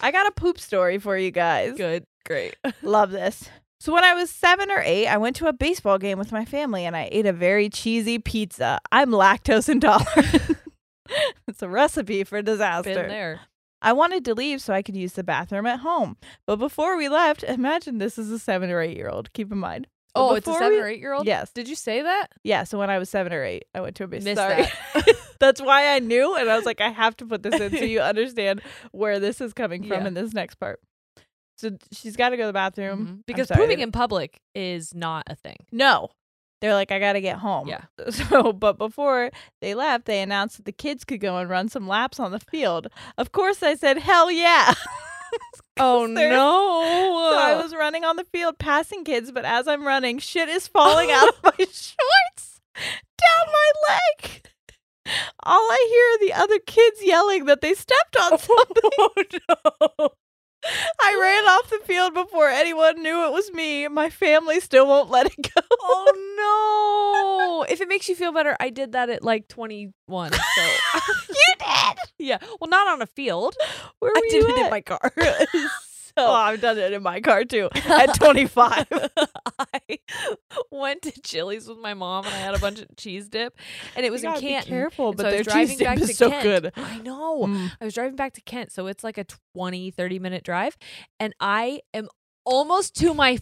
I got a poop story for you guys.
Good. Great.
Love this. So when I was seven or eight, I went to a baseball game with my family and I ate a very cheesy pizza. I'm lactose intolerant. it's a recipe for disaster.
Been there.
I wanted to leave so I could use the bathroom at home. But before we left, imagine this is a seven or eight year old. Keep in mind. But
Oh, it's a
before
seven
we-
or eight year old?
Yes.
Did you say that?
Yeah, so when I was seven or eight, I went to a baseball.
Missed
Sorry. That's why I knew, and I was like, I have to put this in so you understand where this is coming from
Yeah.
in this next part. So she's got to go to the bathroom.
Mhm. Because
sorry.
pooping in public is not a thing.
No. They're like, I got to get home.
Yeah.
So, but before they left, they announced that the kids could go and run some laps on the field. Of course, I said, hell yeah.
Oh
there's-
no.
so I was running on the field passing kids, but as I'm running, shit is falling out of my shorts down my leg. All I hear are the other kids yelling that they stepped
Oh,
on something. no. I ran off the field before anyone knew it was me. My family still won't let it go.
Oh no. if it makes you feel better, I did that at like 21. So
you did.
yeah. Well, not on a field.
Where were
I did
you
it in
at?
my car.
Oh, I've done it in my car too. At 25.
I went to Chili's with my mom and I had a bunch of cheese dip, and it was
You
in
gotta be
Canton.
careful,
And
but
so I was
their
driving
cheese dip
back to
is so
Kent.
good.
I know.
Mm.
I was driving back to Kent, so it's like a 20, 30 minute drive, and I am almost to my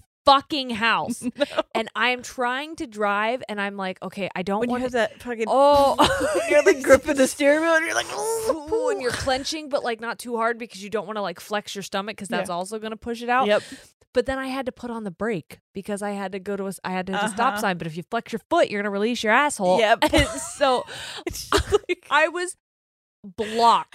fucking house, and I am trying to drive, and I'm like, okay, I don't
When you
want.
have that fucking
oh,
you're like gripping the steering wheel and you're like
Ooh, and you're clenching, but like not too hard because you don't want to like flex your stomach because that's also going to push it out.
yep
But then I had to put on the brake because I had to go to a, s- I had to hit the
Uh-huh.
stop sign. But if you flex your foot, you're gonna release your asshole.
Yep.
And so
It's just like-
I was blocked.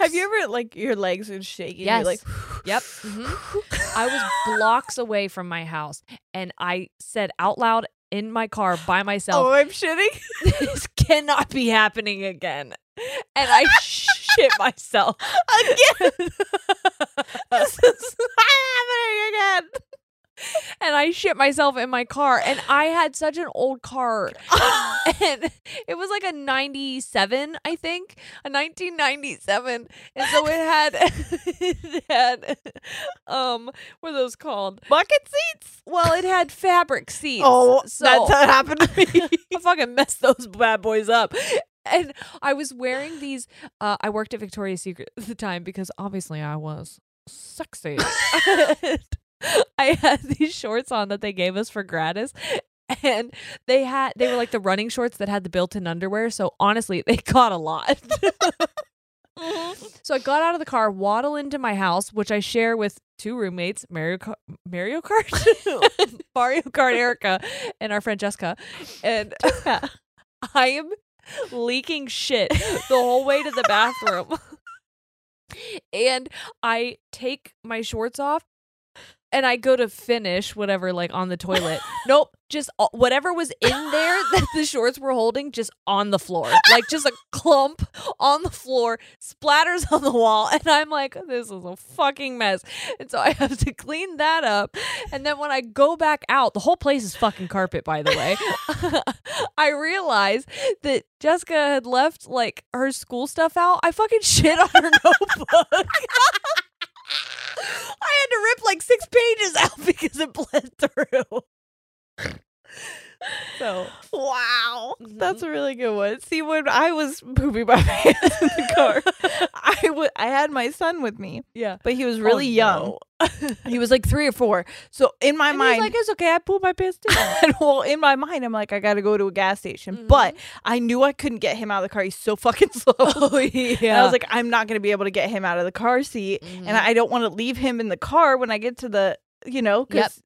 have you ever like your legs are shaking
Yes.
you're like
Yep. Mhm. I was blocks away from my house, and I said out loud in my car by myself,
oh i'm shitting
"This cannot be happening again." And I shit myself.
again this is not happening again
and I shit myself in my car. And I had such an old car. and it was like a 97, I think, a 1997. And so it had, it had, um, what are those called?
bucket seats
Well, it had fabric seats.
oh
so
that's how it happened to me
I fucking messed those bad boys up. And I was wearing these. Uh, I worked at Victoria's Secret at the time because obviously I was sexy. I had these shorts on that they gave us for gratis. And they had they were like the running shorts that had the built-in underwear. So honestly, they caught a lot.
Mm-hmm.
So I got out of the car, waddle into my house, which I share with two roommates, Mario, Ka- Mario Kart, Mario Kart Erica, and our friend Jessica. And
Yeah.
I am leaking shit the whole way to the bathroom. and I take my shorts off and I go to finish whatever, like on the toilet. nope, just all, whatever was in there that the shorts were holding, just on the floor. Like just a clump on the floor, splatters on the wall. And I'm like, this is a fucking mess. And so I have to clean that up. And then when I go back out, the whole place is fucking carpet, by the way. I realize that Jessica had left like her school stuff out. I fucking shit on her notebook. I had to rip like six pages out because it bled through. So
Wow.
mhm.
That's a really good one. See, when I was pooping my pants in the car, I wa- I had my son with me,
yeah.
but he was really young. He was like three or four. So in my
And he's
mind,
like, it's okay. I pulled my pants down.
well, in my mind, I'm like, I gotta go to a gas station,
Mm-hmm.
but I knew I couldn't get him out of the car. He's so fucking slow.
Oh,
And I was like, I'm not gonna be able to get him out of the car seat,
Mm-hmm.
and I don't want to leave him in the car when I get to the, you know,
Yep.
because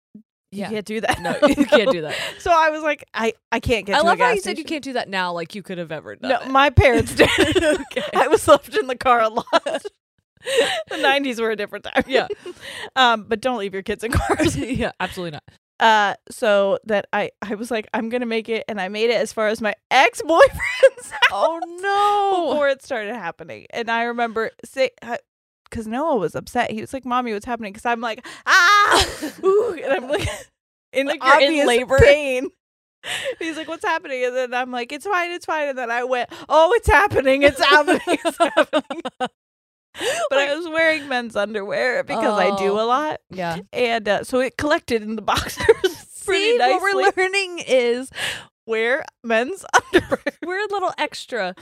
you
Yeah.
can't do that.
no, you can't do that.
So I was like, I I can't get.
I
to a
love how
gas
you said you
station.
can't do that now, like you could have ever done
No,
it.
my parents did. I was left in the car a lot. the '90s were a different time.
Yeah.
um, but don't leave your kids in cars.
yeah, absolutely not.
Uh, so that I I was like, I'm gonna make it, and I made it as far as my ex boyfriend's
Oh no!
before it started happening. And I remember say. because Noah was upset. He was like, "Mommy, what's happening?" Because I'm like, "Ah!" ooh," and I'm like, in
Like you're in
obvious
labor.
pain. He's like, "What's happening?" And then I'm like, "It's fine, it's fine." And then I went, "Oh, it's happening, it's happening, it's happening." But I was wearing men's underwear because I do
Oh.
a lot,
yeah.
and uh, so it collected in the boxers pretty
See,
nicely.
what we're learning is
Wear men's underwear.
we're a little extra,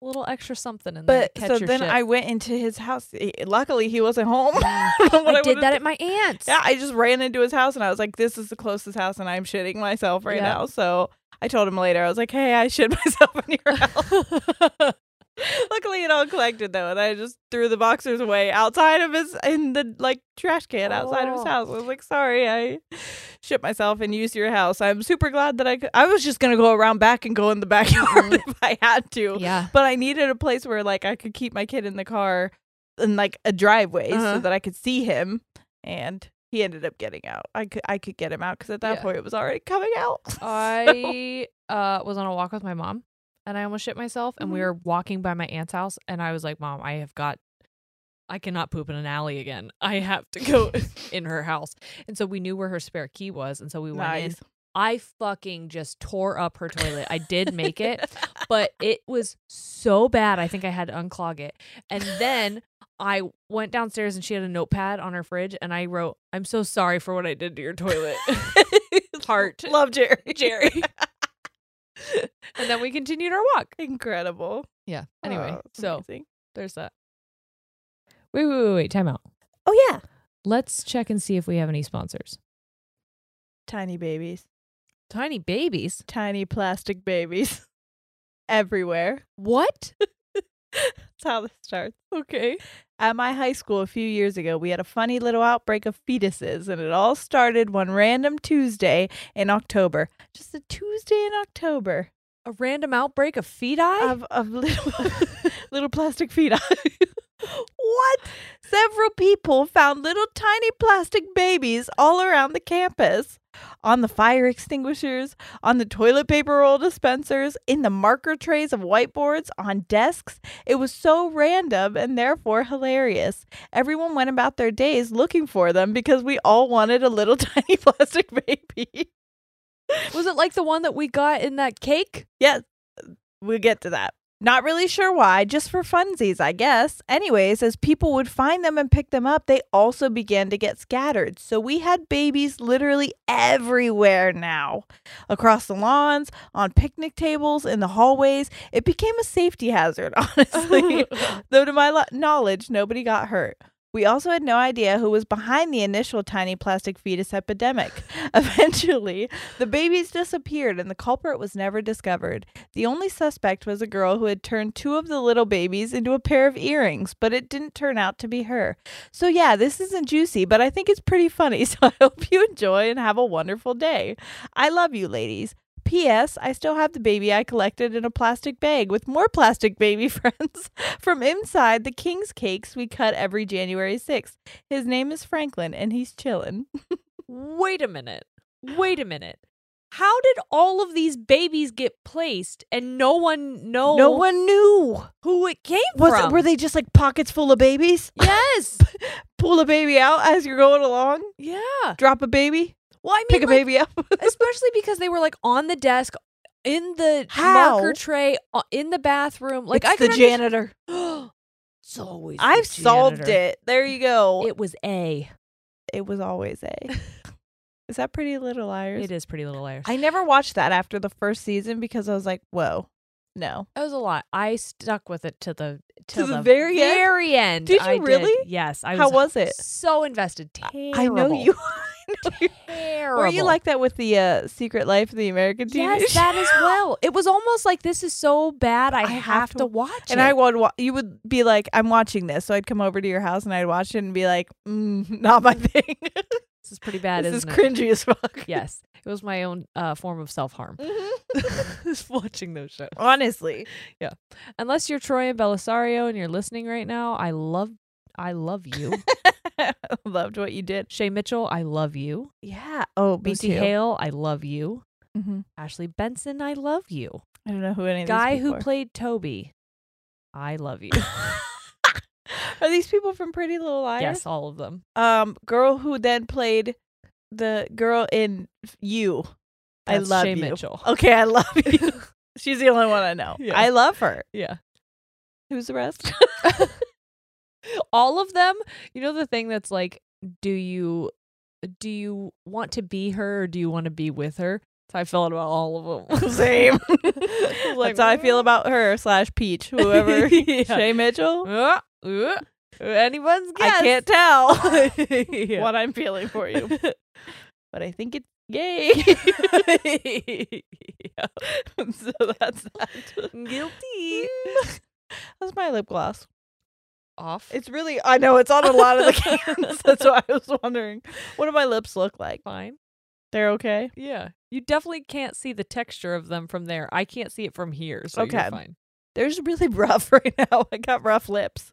little extra something in there.
But
to catch
so
your
then
shit.
I went into his house. Eh, Luckily, he wasn't home.
Mm.
don't know what
I
I
did
would've
that at my aunt's.
Yeah, I just ran into his house and I was like, this is the closest house and I'm shitting myself right
Yeah.
now. So I told him later, I was like, hey, I shit myself in your house. Luckily, it all collected though, and I just threw the boxers away outside of his in the like trash can outside of his
Oh.
house. I was like, "Sorry, I shit myself and used your house." I'm super glad that I could. I was just gonna go around back and go in the backyard
Mm-hmm.
if I had to,
Yeah.
but I needed a place where like I could keep my kid in the car in like a driveway
Uh-huh.
so that I could see him and he ended up getting out. I could I could get him out cuz at that
Yeah.
point it was already coming out.
I uh, was on a walk with my mom and I almost shit myself. And we
Mhm.
were walking by my aunt's house and I was like, Mom, I have got, I cannot poop in an alley again. I have to go in her house. And so we knew where her spare key was. And so we went in.
nice.
I fucking just tore up her toilet. I did make it, but it was so bad. I think I had to unclog it. And then I went downstairs and she had a notepad on her fridge and I wrote, I'm so sorry for what I did to your toilet. Heart.
Love Jerry.
Jerry. and then we continued our walk.
Incredible.
Yeah. Anyway,
Oh, that's
so
amazing.
there's that. Wait, wait, wait, wait. Time out.
Oh yeah.
Let's check and see if we have any sponsors.
Tiny babies.
Tiny babies.
Tiny plastic babies. Everywhere.
What?
That's how this starts.
Okay.
At my high school a few years ago, we had a funny little outbreak of fetuses, and it all started one random Tuesday in October. Just a Tuesday in October
A random outbreak of feed eye?
of, of little, little plastic fetus. what? Several people found little tiny plastic babies all around the campus on the fire extinguishers, on the toilet paper roll dispensers, in the marker trays of whiteboards, on desks. It was so random and therefore hilarious. Everyone went about their days looking for them because we all wanted a little tiny plastic baby.
Was it like the one that we got in that cake?
We'll get to that. Not really sure why, just for funsies, I guess. Anyways, as people would find them and pick them up, they also began to get scattered. So we had babies literally everywhere now across the lawns, on picnic tables, in the hallways. It became a safety hazard, honestly. Though, to my lo- knowledge, nobody got hurt. We We also had no idea who was behind the initial tiny plastic fetus epidemic. Eventually, the babies disappeared and the culprit was never discovered. The only suspect was a girl who had turned two of the little babies into a pair of earrings, but it didn't turn out to be her. So, yeah, this isn't juicy, but I think it's pretty funny. So, I hope you enjoy and have a wonderful day. I love you, ladies. P.S. I still have the baby I collected in a plastic bag with more plastic baby friends from inside the King's Cakes we cut every January 6th. His name is Franklin and he's chillin'.
Wait a minute. Wait a minute. How did all of these babies get placed and no one know
No one knew.
who it came
Was
from?
it, were they just like pockets full of babies?
Yes.
Pull a baby out as you're going along,
yeah.
drop a baby,
Well, I mean,
pick a
like,
baby up.
especially because they were like on the desk, in the
How?
marker tray, uh, in the bathroom. Like
It's
I could
the
understand-
janitor.
it's always. the
I've solved
janitor.
it. There you go. It,
It was A.
was always a. is that Pretty Little Liars?
It is Pretty Little Liars.
I never watched that after the first season because I was like, whoa, no.
That was a lot. I stuck with it to the till
the
the,
very end?
very end.
Did you
I
really?
Yes. I
How
was
was it?
so invested. Terrible.
I know you.
Terrible.
Were you like that with the uh, Secret Life of the American TV
Yes,
show?
that as well. It was almost like this is so bad. I, have, to, watch it.
And I would, wa- you would be like, I'm watching this. So I'd come over to your house and I'd watch it and be like, mm, not my thing.
this is pretty bad.
this is
isn't it?
cringy as fuck.
Yes, it was my own uh, form of self harm. watching those shows.
Mm-hmm. Honestly.
Unless you're Troy and Belisario and you're listening right now, I love, I love you.
Loved what you did.
Shay Mitchell, I love you.
Yeah. Oh, me
Lucy
too.
Hale, I love you.
Mhm.
Ashley Benson, I love you.
I don't know who any of
Guy
these
who
people are.
played Toby, I love you.
Are these people from Pretty Little Liars?
yes, all of them.
um girl who then played the girl in F- You. I
That's
love
Shay
you.
Mitchell.
Okay, I love you. She's the only one I know.
Yeah.
I love her.
Yeah.
Who's the rest?
all of them you know the thing that's like do you do you want to be her or do you want to be with her that's how i felt about all of them
Same.
I was like,
That's how I feel
"Mm."
about her slash Peach, whoever.
Yeah.
Shay Mitchell.
Uh, uh, anyone's guess
I can't tell
Yeah.
what I'm feeling for you, but I think it's yay. so that's that.
guilty
That's my lip gloss.
off
It's really I know it's on a lot of the cans. That's why I was wondering. What do my lips look like?
fine
They're okay.
yeah you definitely can't see the texture of them from there i can't see it from here so
Okay.
you're fine
They're just really rough right now. I got rough lips.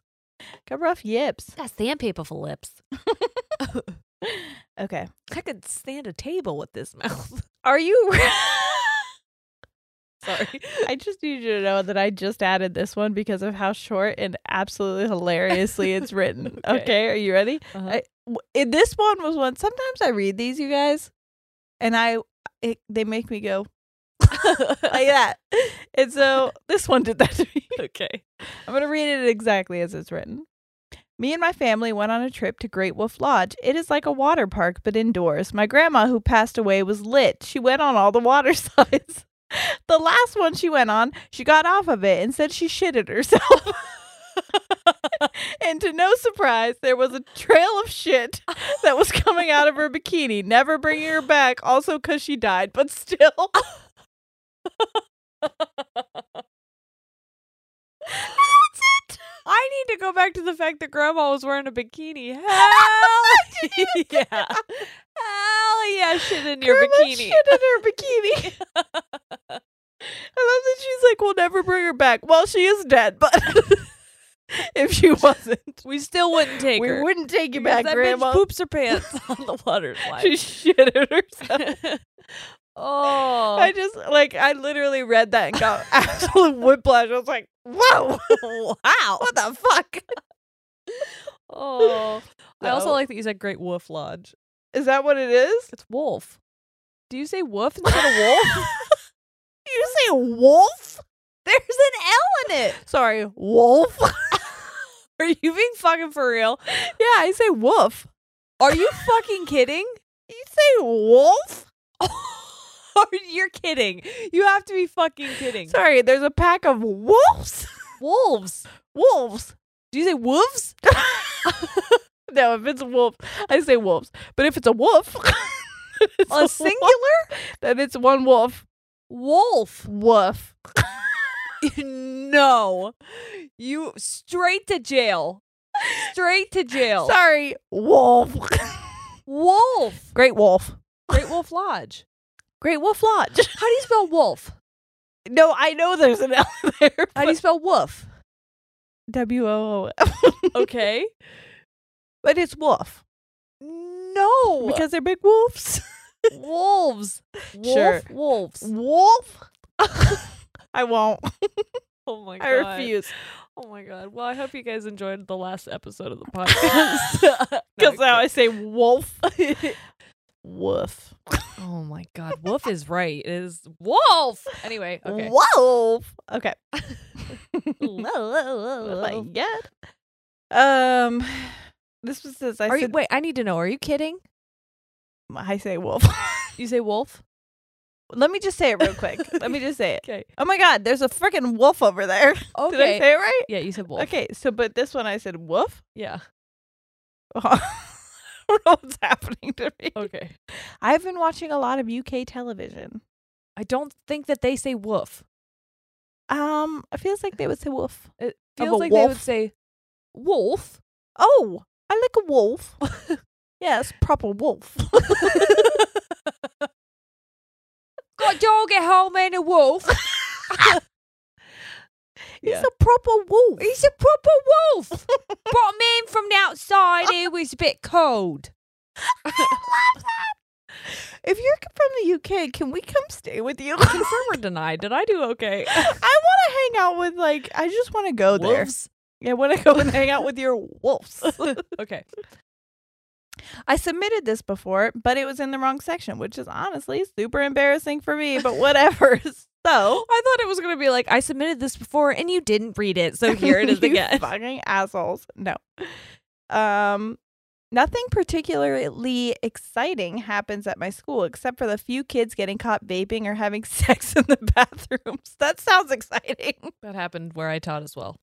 Got rough yips.
got sandpaper lips
Okay.
i could stand a table with this mouth
Are you
sorry
I just need you to know that I just added this one because of how short and absolutely hilariously it's written.
Okay.
okay. are you ready?
Uh-huh.
I- w- and this one was one sometimes I read these you guys and I it, they make me go like that. And so this one did that to me.
okay
I'm going to read it exactly as it's written. Me and my family went on a trip to Great Wolf Lodge. It is like a water park, but indoors. My grandma, who passed away, was lit. She went on all the water slides. The last one she went on, she got off of it and said she shitted herself. and to no surprise, there was a trail of shit that was coming out of her bikini, never bringing her back, also because she died, but still.
I need to go back to the fact that grandma was wearing a bikini. Hell yeah. Hell yeah, shit in your
Grandma
bikini.
Shit in her bikini. I love that she's like, we'll never bring her back. Well, she is dead, but if she wasn't,
We still wouldn't take
we
her.
wouldn't take you
because
back,
that
Grandma.
bitch poops her pants on the water
she
slide.
shitted herself.
oh.
I just like I literally read that and got absolute whiplash. I was like, "Whoa, wow, what the fuck?"
oh. I also
No.
like that you said Great Wolf Lodge.
Is that what it is?
It's wolf. Do you say wolf instead of wolf?
you say wolf? There's an L in it. Sorry, wolf.
Are you being fucking for real?
yeah, I say wolf.
Are you fucking kidding?
You say wolf?
You're kidding. You have to be fucking kidding.
Sorry, there's a pack of wolves.
Wolves.
Wolves.
Do you say wolves?
no, if it's a wolf, I say wolves. But if it's a wolf, it's
A
wolf,
singular
then it's one wolf.
wolf.
Woof.
no. You straight to jail. Straight to jail.
Sorry, wolf.
Wolf.
Great wolf.
Great Wolf Lodge.
Great wolf lodge.
How do you spell wolf?
No, I know there's an L there.
How do you spell wolf?
W O O.
Okay.
But it's wolf
No.
because they're big wolves.
wolves. Wolf
Sure.
wolves.
Wolf. I won't.
Oh my
I refuse
Oh my god. Well, I hope you guys enjoyed the last episode of the podcast.
because now I say wolf. Woof.
oh my god. Wolf is right. It is wolf. Anyway, okay.
Wolf. Okay.
Wolf.
Like, yeah. Um, this was this. I
Are you,
said.
wait, I need to know. Are you kidding?
I say wolf.
You say wolf?
Let me just say it real quick. Let me just say it.
Okay.
Oh my God, there's a freaking wolf over there.
Okay.
Did I say it right?
yeah, you said wolf.
Okay, so but this one I said woof.
Yeah.
I don't know what's happening to me.
Okay.
I've been watching a lot of UK television.
I don't think that they say wolf.
Um, it feels like they would say wolf. a
Feels like they would
wolf?
say wolf.
Oh, I like a wolf. yes, proper wolf.
Got dog at home and a wolf.
He's a proper wolf.
He's a proper wolf. Brought him in from the outside. It was a bit cold.
If you're c- from the UK, can we come stay with you?
Confirm or deny? Did I do okay?
I want to hang out with like I just want to go
Wolves.
there. I want to go and hang out with your wolves.
Okay.
I submitted this before, but it was in the wrong section, which is honestly super embarrassing for me, but whatever. so,
I thought it was gonna be like I submitted this before and you didn't read it, so here it is
You
again.
Fucking assholes. No. Um nothing particularly exciting happens at my school except for the few kids getting caught vaping or having sex in the bathrooms. That sounds exciting.
That happened where I taught as well.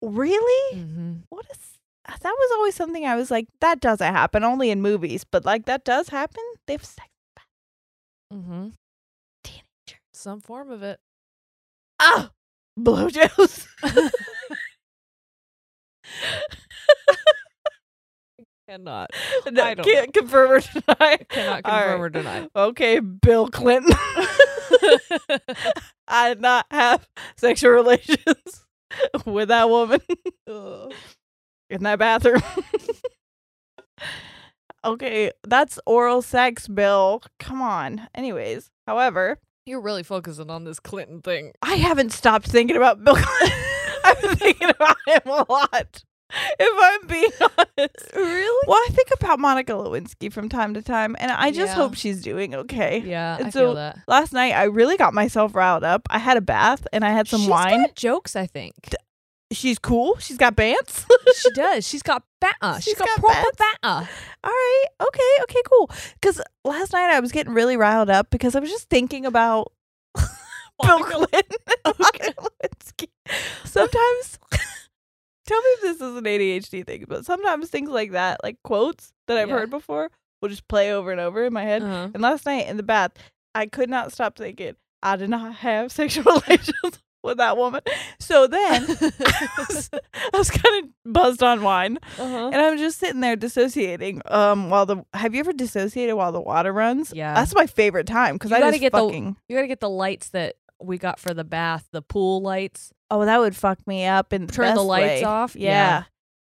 really?
Mm-hmm.
What is uh, that was always something I was like, that doesn't happen only in movies, but like that does happen. They have sex
Mm-hmm.
teenager.
Some form of it.
Ah, blowjobs.
Cannot.
no,
I don't
can't confirm or deny.
Cannot
All
confirm
right.
or deny.
Okay, Bill Clinton. I did not have sexual relations with that woman in that bathroom. okay, that's oral sex, Bill. Come on. Anyways, however,
You're really focusing on this Clinton thing.
I haven't stopped thinking about Bill Clinton. I've been thinking about him a lot. If I'm being honest.
Really?
Well, I think about Monica Lewinsky from time to time, and I just
Yeah.
hope she's doing okay.
Yeah, I
And
feel
so
that.
Last night, I really got myself riled up. I had a bath and I had some
She's
wine.
got jokes, I think.
She's cool. She's got bands.
she does. She's got batter. She's
She's
got,
got
proper batter.
All right. Okay. Okay. Cool. Because last night I was getting really riled up because I was just thinking about Bill Clinton and Monica Lewinsky. Sometimes, tell me if this is an ADHD thing, but sometimes things like that, like quotes that I've
Yeah.
heard before, will just play over and over in my head.
Uh-huh.
And last night in the bath, I could not stop thinking, I did not have sexual relations with that woman. So then I was, I was kind of buzzed on wine
Uh-huh.
and I'm just sitting there dissociating. Um, while the have you ever dissociated while the water runs?
Yeah.
that's my favorite time because
You
I
gotta
just
get the-
fucking.
You gotta get the lights that we got for the bath, the pool lights.
oh, that would fuck me up and
Turn the lights off? Yeah.
Yeah,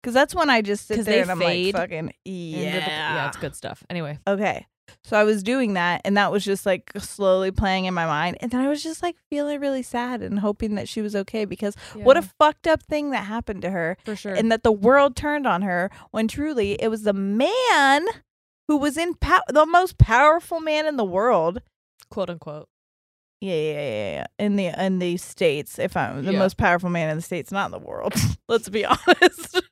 because that's when I just sit
'Cause
there
they
and I'm
fade
like fucking
into the- yeah,
yeah.
it's good stuff. Anyway,
Okay. So I was doing that, and that was just like slowly playing in my mind. And then I was just like feeling really sad and hoping that she was okay because what a fucked up thing that happened to her
for sure.
and that the world turned on her when truly it was the man who was in pow- the most powerful man in the world.
quote unquote.
Yeah, yeah, yeah, yeah. In the in the states, if I'm the
Yeah.
most powerful man in the states, not in the world. Let's be honest.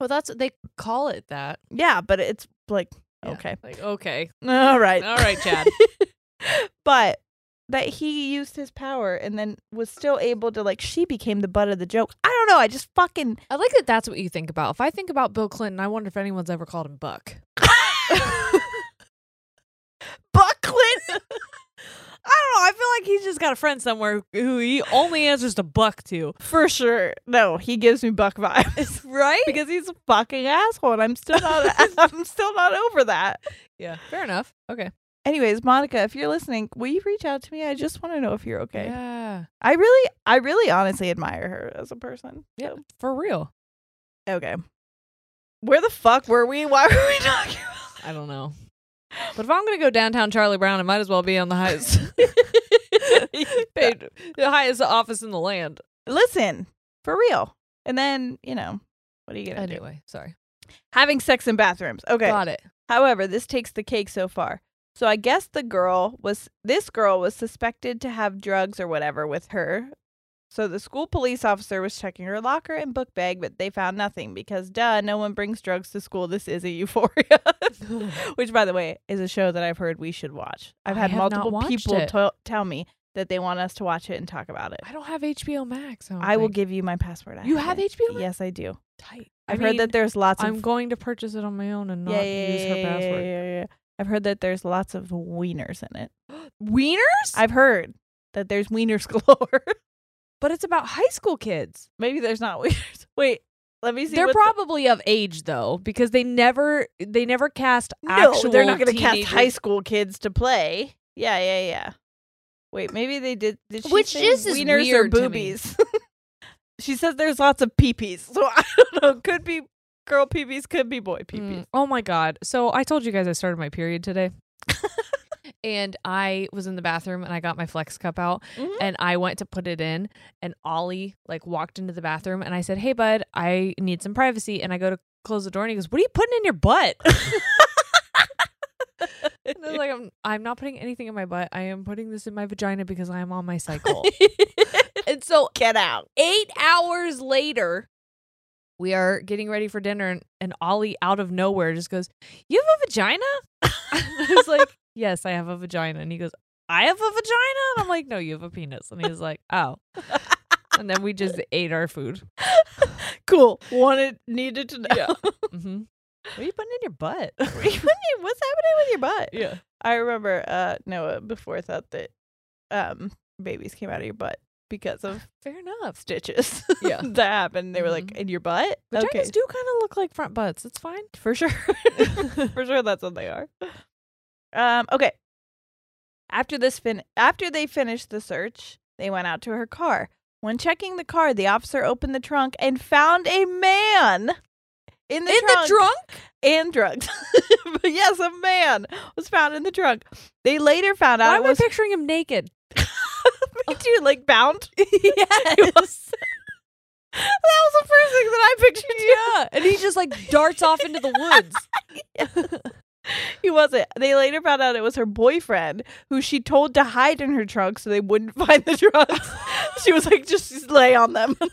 Well, that's they call it that.
yeah, but it's like
Yeah.
okay,
Like okay,
all right,
all right, Chad.
but that he used his power and then was still able to like she became the butt of the joke. I don't know. I just fucking
I like that that's what you think about. If I think about Bill Clinton, I wonder if anyone's ever called him Buck.
Buck Clinton.
I don't know. I feel like he's just got a friend somewhere who he only answers to Buck to.
For sure. No, he gives me Buck vibes.
Right?
Because he's a fucking asshole and I'm still not I'm still not over that.
Yeah. Fair enough. Okay.
Anyways, Monica, if you're listening, will you reach out to me? I just want to know if you're okay.
Yeah.
I really I really honestly admire her as a person.
Yeah. For real.
Okay. Where the fuck were we? Why were we talking about
I don't know. But if I'm gonna go downtown Charlie Brown, it might as well be on the highest paid, the highest office in the land.
Listen, for real. And then, you know, what are you gonna do?
Anyway, sorry.
Having sex in bathrooms. Okay.
Got it.
However, this takes the cake so far. So I guess the girl was this girl was suspected to have drugs or whatever with her. So the school police officer was checking her locker and book bag, but they found nothing because duh, no one brings drugs to school. This is a euphoria. Which by the way is a show that I've heard we should watch. I've
I
had
have not
multiple
watched
people
it.
to- tell me that they want us to watch it and talk about it.
I don't have HBO Max. I, don't
I will
think.
give you my password. I
You have
it.
HBO Max?
Yes, I do.
tight. I
I've heard
mean,
that there's lots
I'm
of
going to purchase it on my own and not use her password.
yeah, yeah, yeah. I've heard that there's lots of wieners in it.
Wieners?
I've heard that there's wieners galore.
but it's about high school kids.
Maybe there's not wieners. Wait, let me see.
They're
what the-
probably of age though, because they never they never cast
no,
actual.
they're not going to cast
teenagers.
high school kids to play. Yeah, yeah, yeah. Wait, maybe they did. did she
Which
say
just is
wieners or
weird to me.
boobies? she says there's lots of peepees, so I don't know. Could be girl peepees, could be boy peepees.
Mm. Oh my god. So I told you guys I started my period today. and I was in the bathroom and I got my flex cup out
Mhm.
and I went to put it in and Ollie like walked into the bathroom and I said, "Hey bud, I need some privacy." And I go to close the door and he goes, "What are you putting in your butt?" and I was like, "I'm I'm not putting anything in my butt. I am putting this in my vagina because I am on my cycle." and so
Get out.
8 hours later, we are getting ready for dinner and, and Ollie out of nowhere just goes, "You have a vagina?" I was like, "Yes, I have a vagina." And he goes, "I have a vagina?" And I'm like, "No, you have a penis." And he's like, "Oh." And then we just ate our food.
Cool. Wanted, needed to know.
hmm What are you putting in your butt?
What's happening with your butt?
yeah.
I remember uh, Noah before thought that um, babies came out of your butt because of
Fair enough.
stitches
Yeah.
that happened. They were like in your butt.
Vaginas
okay,
do kind of look like front butts. It's fine.
for sure, for sure that's what they are. Um, okay. After this fin, after they finished the search, they went out to her car. When checking the car, the officer opened the trunk and found a man in the
in
trunk.
the trunk?
and drugs. but yes, a man was found in the trunk. They later found
Why
out
am
it was
I picturing him naked?
me too, like bound.
yes.
That was the first thing that I pictured. Yeah,
and he just like darts off into the woods.
he wasn't. They later found out it was her boyfriend, who she told to hide in her trunk so they wouldn't find the drugs. she was like, just lay on them.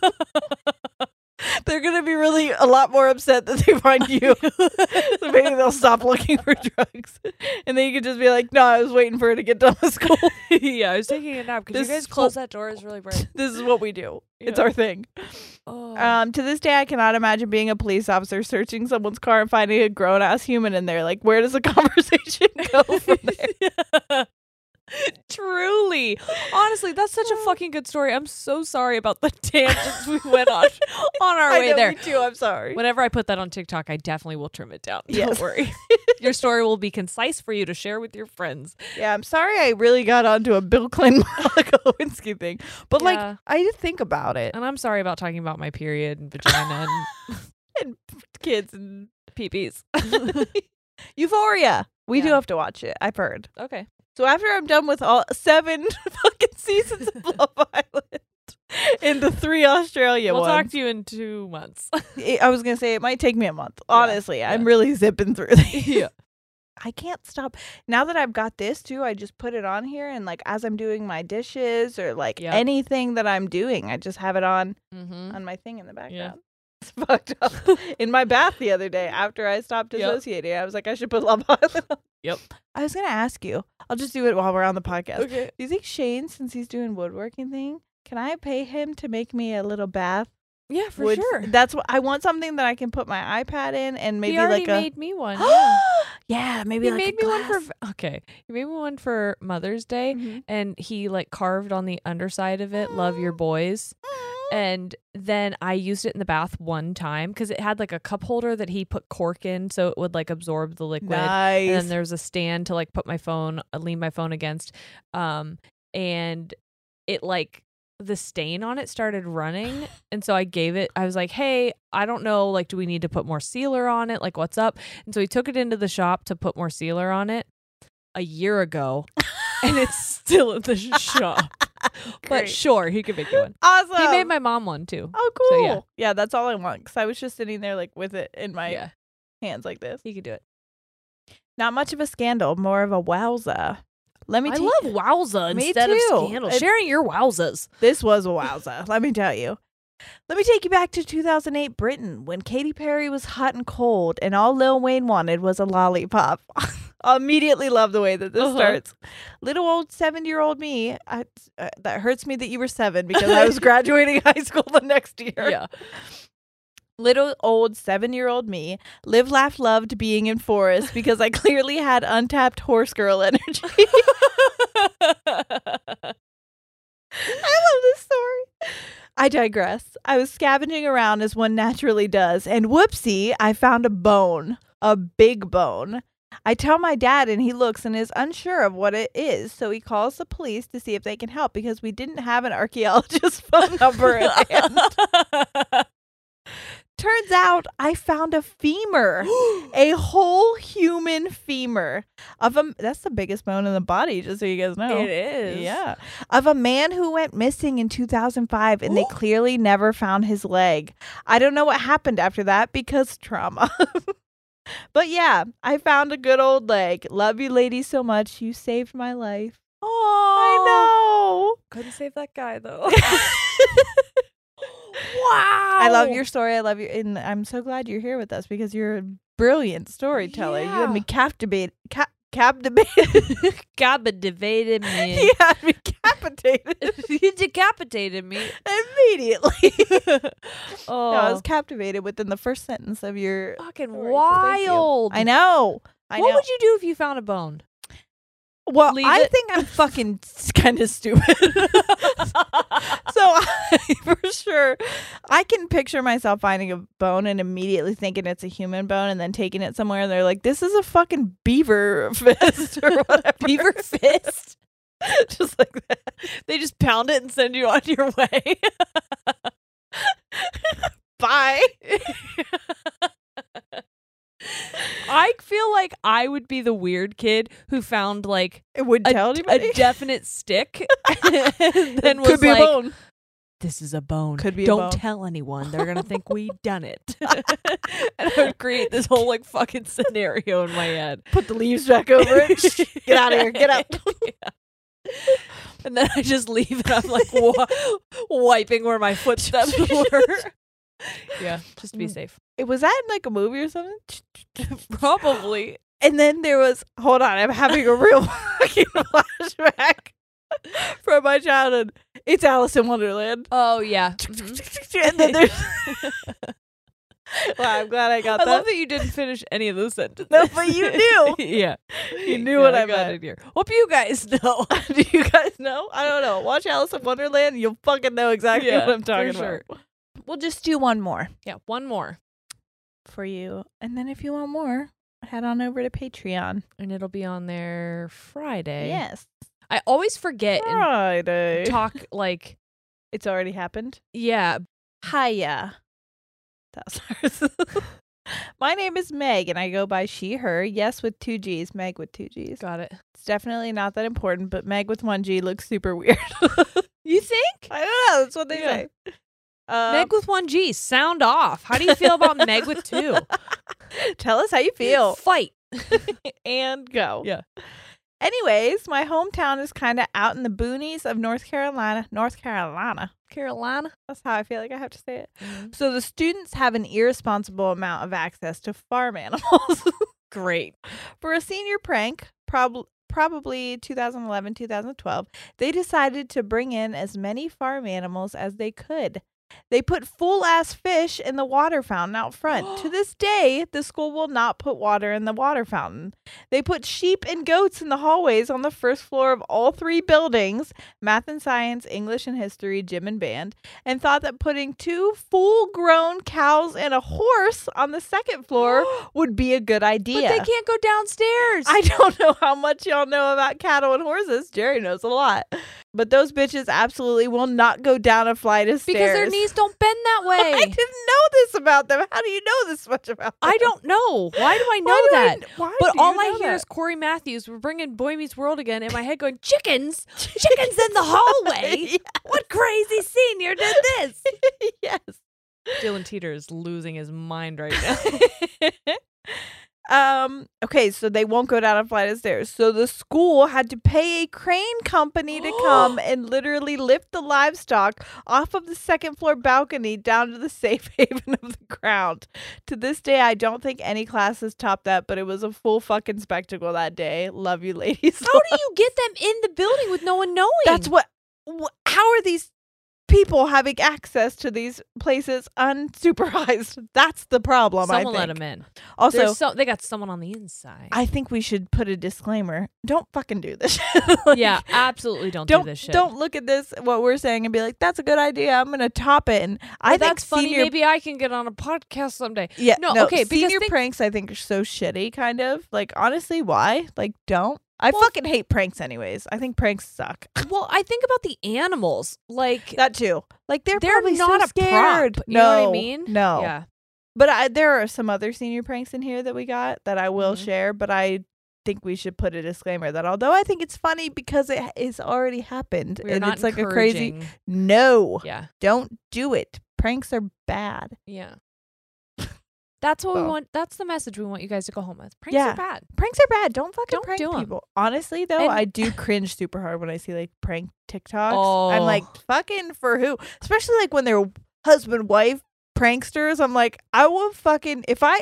They're gonna be really a lot more upset that they find you. so maybe they'll stop looking for drugs, and then you could just be like, "No, I was waiting for her to get done with school."
yeah, I was taking a nap because
This
you guys
whole-
close that door is really bright.
this is what we do. It's
Yeah.
our thing.
Oh,
Um, to this day, I cannot imagine being a police officer searching someone's car and finding a grown ass human in there. Like, where does the conversation go from there?
truly, honestly, that's such a fucking good story. I'm so sorry about the tangents we went on on our
I
way
know,
there.
me too. I'm sorry.
Whenever I put that on TikTok, I definitely will trim it down.
Yes.
Don't worry. Your story will be concise for you to share with your friends.
Yeah, I'm sorry. I really got onto a Bill Clinton Monica Lewinsky thing, but
Yeah. Oh.
like, I did think about it.
And I'm sorry about talking about my period and vagina and
And kids and
peepees.
Euphoria. We do
Yeah.
have to watch it. I've heard.
Okay.
So after I'm done with all seven fucking seasons of Love Island and the three Australia
we'll
ones.
talk to you in two months.
it- I was gonna say it might take me a month.
Yeah,
Honestly, I'm
yeah.
really zipping through. These.
Yeah.
I can't stop. Now that I've got this too, I just put it on here, and like as I'm doing my dishes or like
Yep.
anything that I'm doing, I just have it on
Mm-hmm.
on my thing in the background. It's fucked up. in my bath the other day, after I stopped
Yep.
dissociating, I was like, I should put Love Island. on.
Yep.
I was gonna ask you. I'll just do it while we're on the podcast.
Okay.
Do you think Shane, since he's doing woodworking thing, can I pay him to make me a little bath?
Yeah, for
wood-
sure.
That's what I want. Something that I can put my iPad in and maybe
he already
like a.
made me one. yeah.
yeah. maybe
He
like a
made me one
glass.
for okay. He made me one for Mother's Day,
Mhm.
and he like carved on the underside of it "Love Your Boys,"
Mm-hmm.
and then I used it in the bath one time because it had like a cup holder that he put cork in, so it would like absorb the liquid.
Nice.
and then there was a stand to like put my phone uh, lean my phone against um and it like the stain on it started running and so i gave it i was like hey i don't know like do we need to put more sealer on it like what's up and so he took it into the shop to put more sealer on it a year ago and it's still at the shop but
Great.
sure he could make you one
awesome.
he made my mom one too
Oh, cool.
So, yeah.
yeah. that's all I want. Cause I was just sitting there like with it in my
yeah
hands like this.
he could do it
Not much of a scandal, more of a wowza. Let me.
i
tell
love wowza
Me
instead
too.
of scandal
It-
sharing your wowzas
This was a wowza, let me tell you. Let me take you back to 2008 Britain when Katy Perry was hot and cold, and all Lil Wayne wanted was a lollipop. I immediately love the way that this
Uh-huh.
starts. Little old seven year old me, I, uh, that hurts me that you were seven because I was graduating high school the next year.
yeah
Little old seven year old me, live, laugh, loved being in forest because I clearly had untapped horse girl energy. I love this story. I digress. I was scavenging around as one naturally does, and whoopsie, I found a bone, a big bone. I tell my dad, and he looks and is unsure of what it is, so he calls the police to see if they can help because we didn't have an archaeologist's phone number. at hand. Turns out I found a femur. A whole human femur of a that's the biggest bone in the body, just so you guys know.
It is.
Yeah. Of a man who went missing in 2005 and they clearly never found his leg. I don't know what happened after that because trauma. but yeah, I found a good old leg. Love you ladies so much. You saved my life.
Oh,
I know.
Couldn't save that guy though. wow.
I
I
love your story. I love you. And I'm so glad you're here with us because you're a brilliant storyteller. You had me captivated. Cap- captivated.
decapitated me.
you had me captivated
you decapitated me.
immediately.
Oh,
No, I was captivated within the first sentence of your.
fucking
Sorry, so thank you.
Oh. wild.
I know. I
what
know.
would you do if you found a bone?
well,
leave
I
it?
think I'm fucking kind of stupid. so I, for sure, I can picture myself finding a bone and immediately thinking it's a human bone, and then taking it somewhere, and they're like, "This is a fucking beaver fist or whatever."
Beaver fist.
just like that.
They just pound it and send you on your way.
Bye.
I feel like I would be the weird kid who found like
It would
a,
tell
d-
anybody.
a definite stick and then was
Could be
like,
a bone.
this is a bone.
Could be a bone."
Don't tell anyone. They're gonna think we done it. and I would create this whole like fucking scenario in my head.
Put the leaves back over it. Get out of here. Get up.
Yeah. And then I just leave and I'm like wa- wiping where my footsteps were. yeah, just to be
Mm.
safe.
It was that in like a movie or something.
Probably.
And then there was, hold on, I'm having a real fucking flashback from my childhood. It's Alice in Wonderland.
Oh yeah.
and then there's. wow, Mm-hmm. I'm glad I got
I
that.
love that you didn't finish any of those sentences.
No, but you knew.
yeah.
You knew what I
got
meant.
in here. Hope you guys know.
Do you guys know? I don't know. Watch Alice in Wonderland. You'll fucking know exactly
Yeah,
what I'm
for
talking
sure.
about. We'll just do one more
Yeah, one more.
for you. And then if you want more, head on over to Patreon.
And it'll be on there Friday.
Yes.
I always forget and
Friday.
talk like
It's already happened.
yeah.
Hiya. That's ours. My name is Meg and I go by she, her. Yes, with two G's. Meg with two G's.
Got it.
It's definitely not that important, but Meg with one G looks super weird.
You think?
I don't know. That's what they
Yeah.
say. Um,
Meg with one G, sound off. How do you feel about Meg with two?
tell us how you feel
Fight.
and go.
Yeah.
Anyways, my hometown is kind of out in the boonies of North Carolina. North Carolina.
Carolina.
That's how I feel like I have to say it. So the students have an irresponsible amount of access to farm animals. great. For a senior prank, prob- probably 2011, 2012, they decided to bring in as many farm animals as they could. They put full ass fish in the water fountain out front. to this day, the school will not put water in the water fountain. They put sheep and goats in the hallways on the first floor of all three buildings math and science, English and history, gym and band and thought that putting two full grown cows and a horse on the second floor would be a good
But
idea.
they can't go downstairs.
I don't know how much y'all know about cattle and horses. Jerry knows a lot. But those bitches absolutely will not go down a flight of stairs.
because their knees don't bend that
I didn't
way.
know this about them. How do you know this much about them?
I don't know. Why do I know
Why do I
that?
kn- why
But
do you
all I
know
hear
that?
is Corey Matthews. We're bringing Boy Meets World again in my head, going chickens,
Chickens in the hallway.
Yeah.
What crazy senior did this?
yes.
Dylan Teeter is losing his mind right now.
um okay so they won't go down a flight of stairs so the school had to pay a crane company to come and literally lift the livestock off of the second floor balcony down to the safe haven of the ground to this day i don't think any classes topped that but it was a full fucking spectacle that day love you ladies
How do you get them in the building with no one knowing?
that's what wh- how are these people having access to these places unsupervised that's the problem I
someone
think.
let him in.
also
There's so, they got someone on the inside.
I think we should put a disclaimer. Don't fucking do this.
yeah, absolutely. Don't,
Don't
do this shit.
don't look at this what we're saying and be like, that's a good idea. I'm gonna top it. And I
Well,
think
that's funny.
senior
Maybe I can get on a podcast someday.
yeah
No,
no,
okay,
okay
because
senior
think-
pranks I think are so shitty. Kind of like honestly, why? Like don't. I
Well-
fucking hate pranks anyways. I think pranks suck.
Well, I think about the animals. Like
That too. Like they're
They're
probably so
not a prop,
scared.
you know what I
No,
mean?
No.
yeah,
But I, there are some other senior pranks in here that we got that I will
Mhm.
share, but I think we should put a disclaimer that although I think it's funny because it has already happened
we're
and
not
it's like a crazy
encouraging-
no,
Yeah,
don't do it. Pranks are bad.
yeah. That's what we
Well.
want. That's the message we want you guys to go home with. Pranks
Yeah.
are bad.
Pranks are bad. Don't fucking
Don't
prank
do 'em.
people. Honestly though,
And-
I do cringe super hard when I see like prank TikToks.
Oh.
I'm like fucking for who? Especially like when they're husband wife pranksters. I'm like I will fucking if I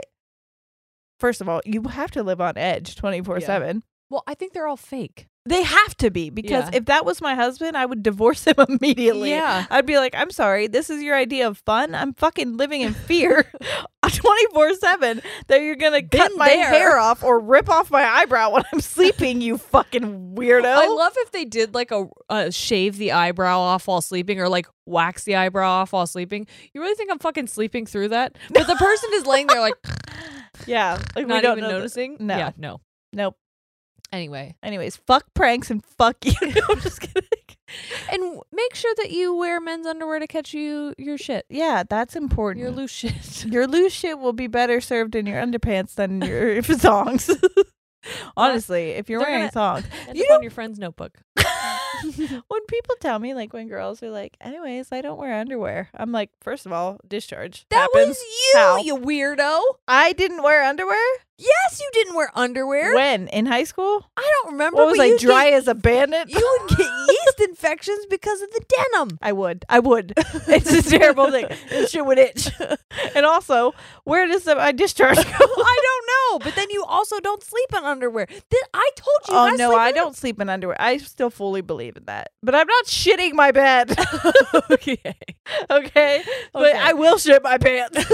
First of all, you have to live on edge 24/7.
Well, I think they're all fake.
They have to be because
Yeah.
if that was my husband, I would divorce him immediately.
Yeah.
I'd be like, I'm sorry, this is your idea of fun. I'm fucking living in fear 24 7 that you're going to cut
Been
my
there.
hair off or rip off my eyebrow when I'm sleeping, you fucking weirdo.
I love if they did like a uh, shave the eyebrow off while sleeping or like wax the eyebrow off while sleeping. You really think I'm fucking sleeping through that? But the person is laying there like
yeah. Like,
not
we don't
even
know the-
noticing.
No.
Yeah, no.
Nope.
Anyway,
Anyways, fuck pranks and fuck you. I'm just kidding.
and w- make sure that you wear men's underwear to catch you your shit,
Yeah, that's important.
your loose shit.
your loose shit will be better served in your underpants than your thongs. Honestly, if you're
they're
wearing
gonna-
thongs.
End
You
up on your friend's notebook.
when people tell me, like when girls are like, anyways, I don't wear underwear, I'm like, first of all, discharge.
That
happens.
was you,
How?
you weirdo.
I didn't wear underwear
Yes, you didn't wear underwear.
when in high school.
I don't remember.
What was
but
I
you
dry
get-
as a bandit?
You would get yeast infections because of the denim.
I would. I would. It's a terrible thing. This shit would itch. and also, where does the, my discharge go?
I don't know, but then you also don't sleep in underwear. Th- I told you.
Oh
not
no,
sleep
I
in-
don't sleep in underwear. I still fully believe in that, but I'm not shitting my bed.
okay,
okay, but
Okay.
I will shit my pants.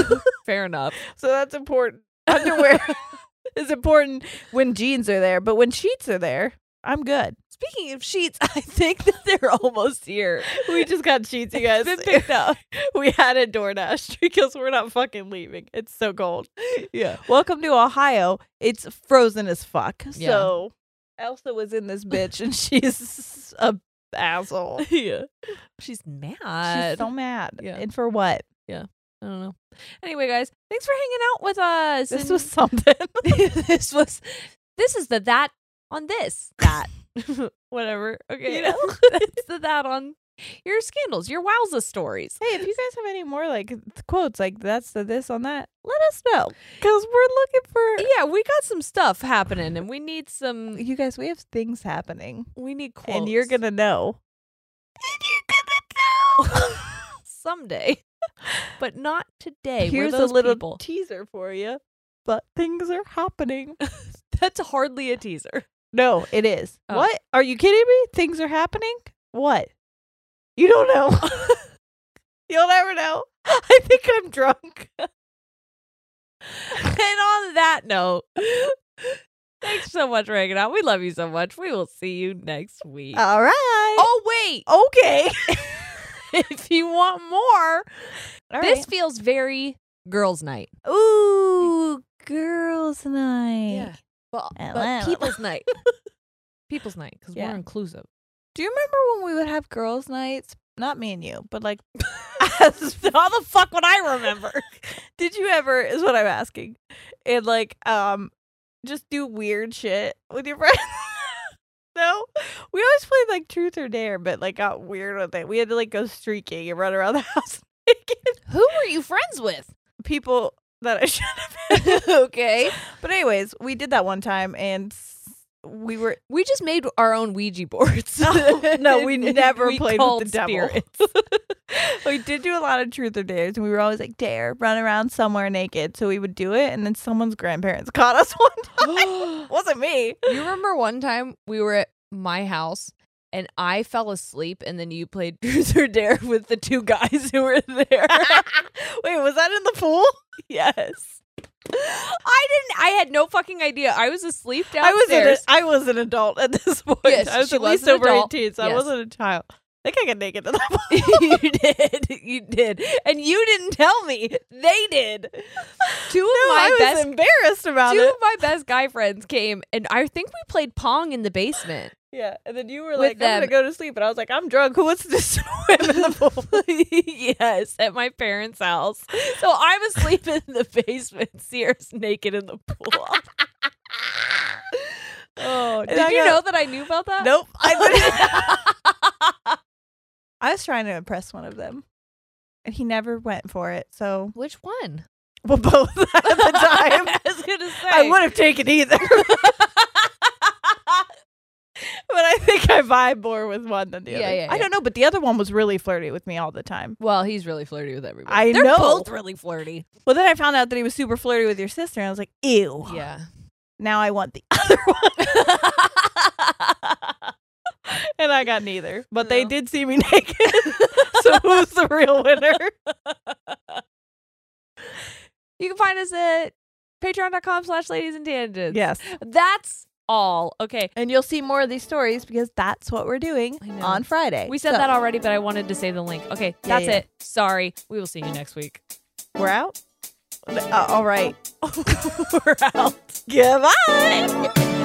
fair enough.
So that's important. Underwear is important when jeans are there, but when sheets are there, I'm good.
Speaking of sheets, I think that they're almost here.
We just got sheets, you guys.
been picked up.
we had a DoorDash because we're not fucking leaving. It's so cold.
Yeah.
Welcome to Ohio. It's frozen as fuck.
Yeah.
So Elsa was in this bitch and she's a asshole.
yeah.
She's
She's mad.
so mad.
Yeah.
And for what?
I don't know. Anyway, guys, thanks for hanging out with us.
This
and-
was something.
this was this is the that on this that whatever okay
You know?
that's the that on your scandals your wowza stories
Hey, if you guys have any more like th- quotes like that's the this on that, let us know because we're looking for
yeah we got some stuff happening and we need some
E-, you guys. We have things happening,
we need quotes
and you're gonna know. And you're gonna know.
someday but not today We're
Here's a
those
little
people.
teaser for you. but things are happening.
That's hardly a teaser.
No, it is.
Oh.
What? Are you kidding me? Things are happening? What? You don't know. You'll never know. I think I'm drunk.
And on that note, thanks so much for hanging out. We love you so much. We will see you next week.
All right.
oh, wait.
okay.
if you want more,
All
this
right.
feels very girls' night.
Ooh, girls' night.
But,
I
but
love-
people's night. People's night because
Yeah.
we're inclusive.
Do you remember when we would have girls' nights? Not me and you, but like, how the fuck would I remember? Did you ever? Is what I'm asking, and like, um, just do weird shit with your friends. no, we always played like truth or dare, but like got weird with it. We had to like go streaking and run around the house naked.
Who were you friends with?
People that I should have. Been.
okay.
But anyways, we did that one time, and s- we were
We just made our own Ouija boards.
No,
Oh,
no, we never played with the
called
devil. we did do a lot of truth or dares, and we were always like, dare, run around somewhere naked. So we would do it, and then someone's grandparents caught us one time.
you
wasn't me.
remember one time we were at my house and I fell asleep and then you played Truth or Dare with the two guys who were there.
Wait, was that in the pool? Yes.
I didn't I had no fucking idea. I was asleep
I was, an,
downstairs.
I was an adult at this point.
Yes,
I was
she
at
was
least
an
over
adult.
18, so I
Yes.
wasn't a child. I think I got naked at that point.
you did. You did. And you didn't tell me. They did. Two of
No,
my
I was
best
embarrassed about
two
it.
of my best guy friends came and I think we played Pong in the basement.
Yeah, and then you were
With
like, "I'm gonna
them.
go to sleep," and I was like, "I'm drunk. Who wants to swim in the pool?"
yes, at my parents' house. So I'm asleep in the basement. Sears naked in the pool.
Oh,
Did you know that I knew about that?
Nope. I, literally- I was trying to impress one of them, and he never went for it. So
Which one?
well, both at the time.
I was gonna say.
I would have taken either, but I think I vibe more with one than the
Yeah,
other.
yeah,
I
yeah.
don't know, but the other one was really flirty with me all the time.
Well, he's really flirty with everybody.
I
They're
know.
both really flirty.
Well, then I found out that he was super flirty with your sister, and I was like, "Ew."
Yeah.
Now I want the other one. and I got neither, but they
No.
did see me naked. so who's the real winner?
You can find us at patreon.com slash ladies and tangents.
Yes.
That's all. Okay.
And you'll see more of these stories because that's what we're doing
I know.
on Friday.
We said
So,
that already, but I wanted to say the link. Okay,
Yeah,
that's
yeah.
it. Sorry. We will see you next week.
We're out? Uh, all right. we're out. Goodbye.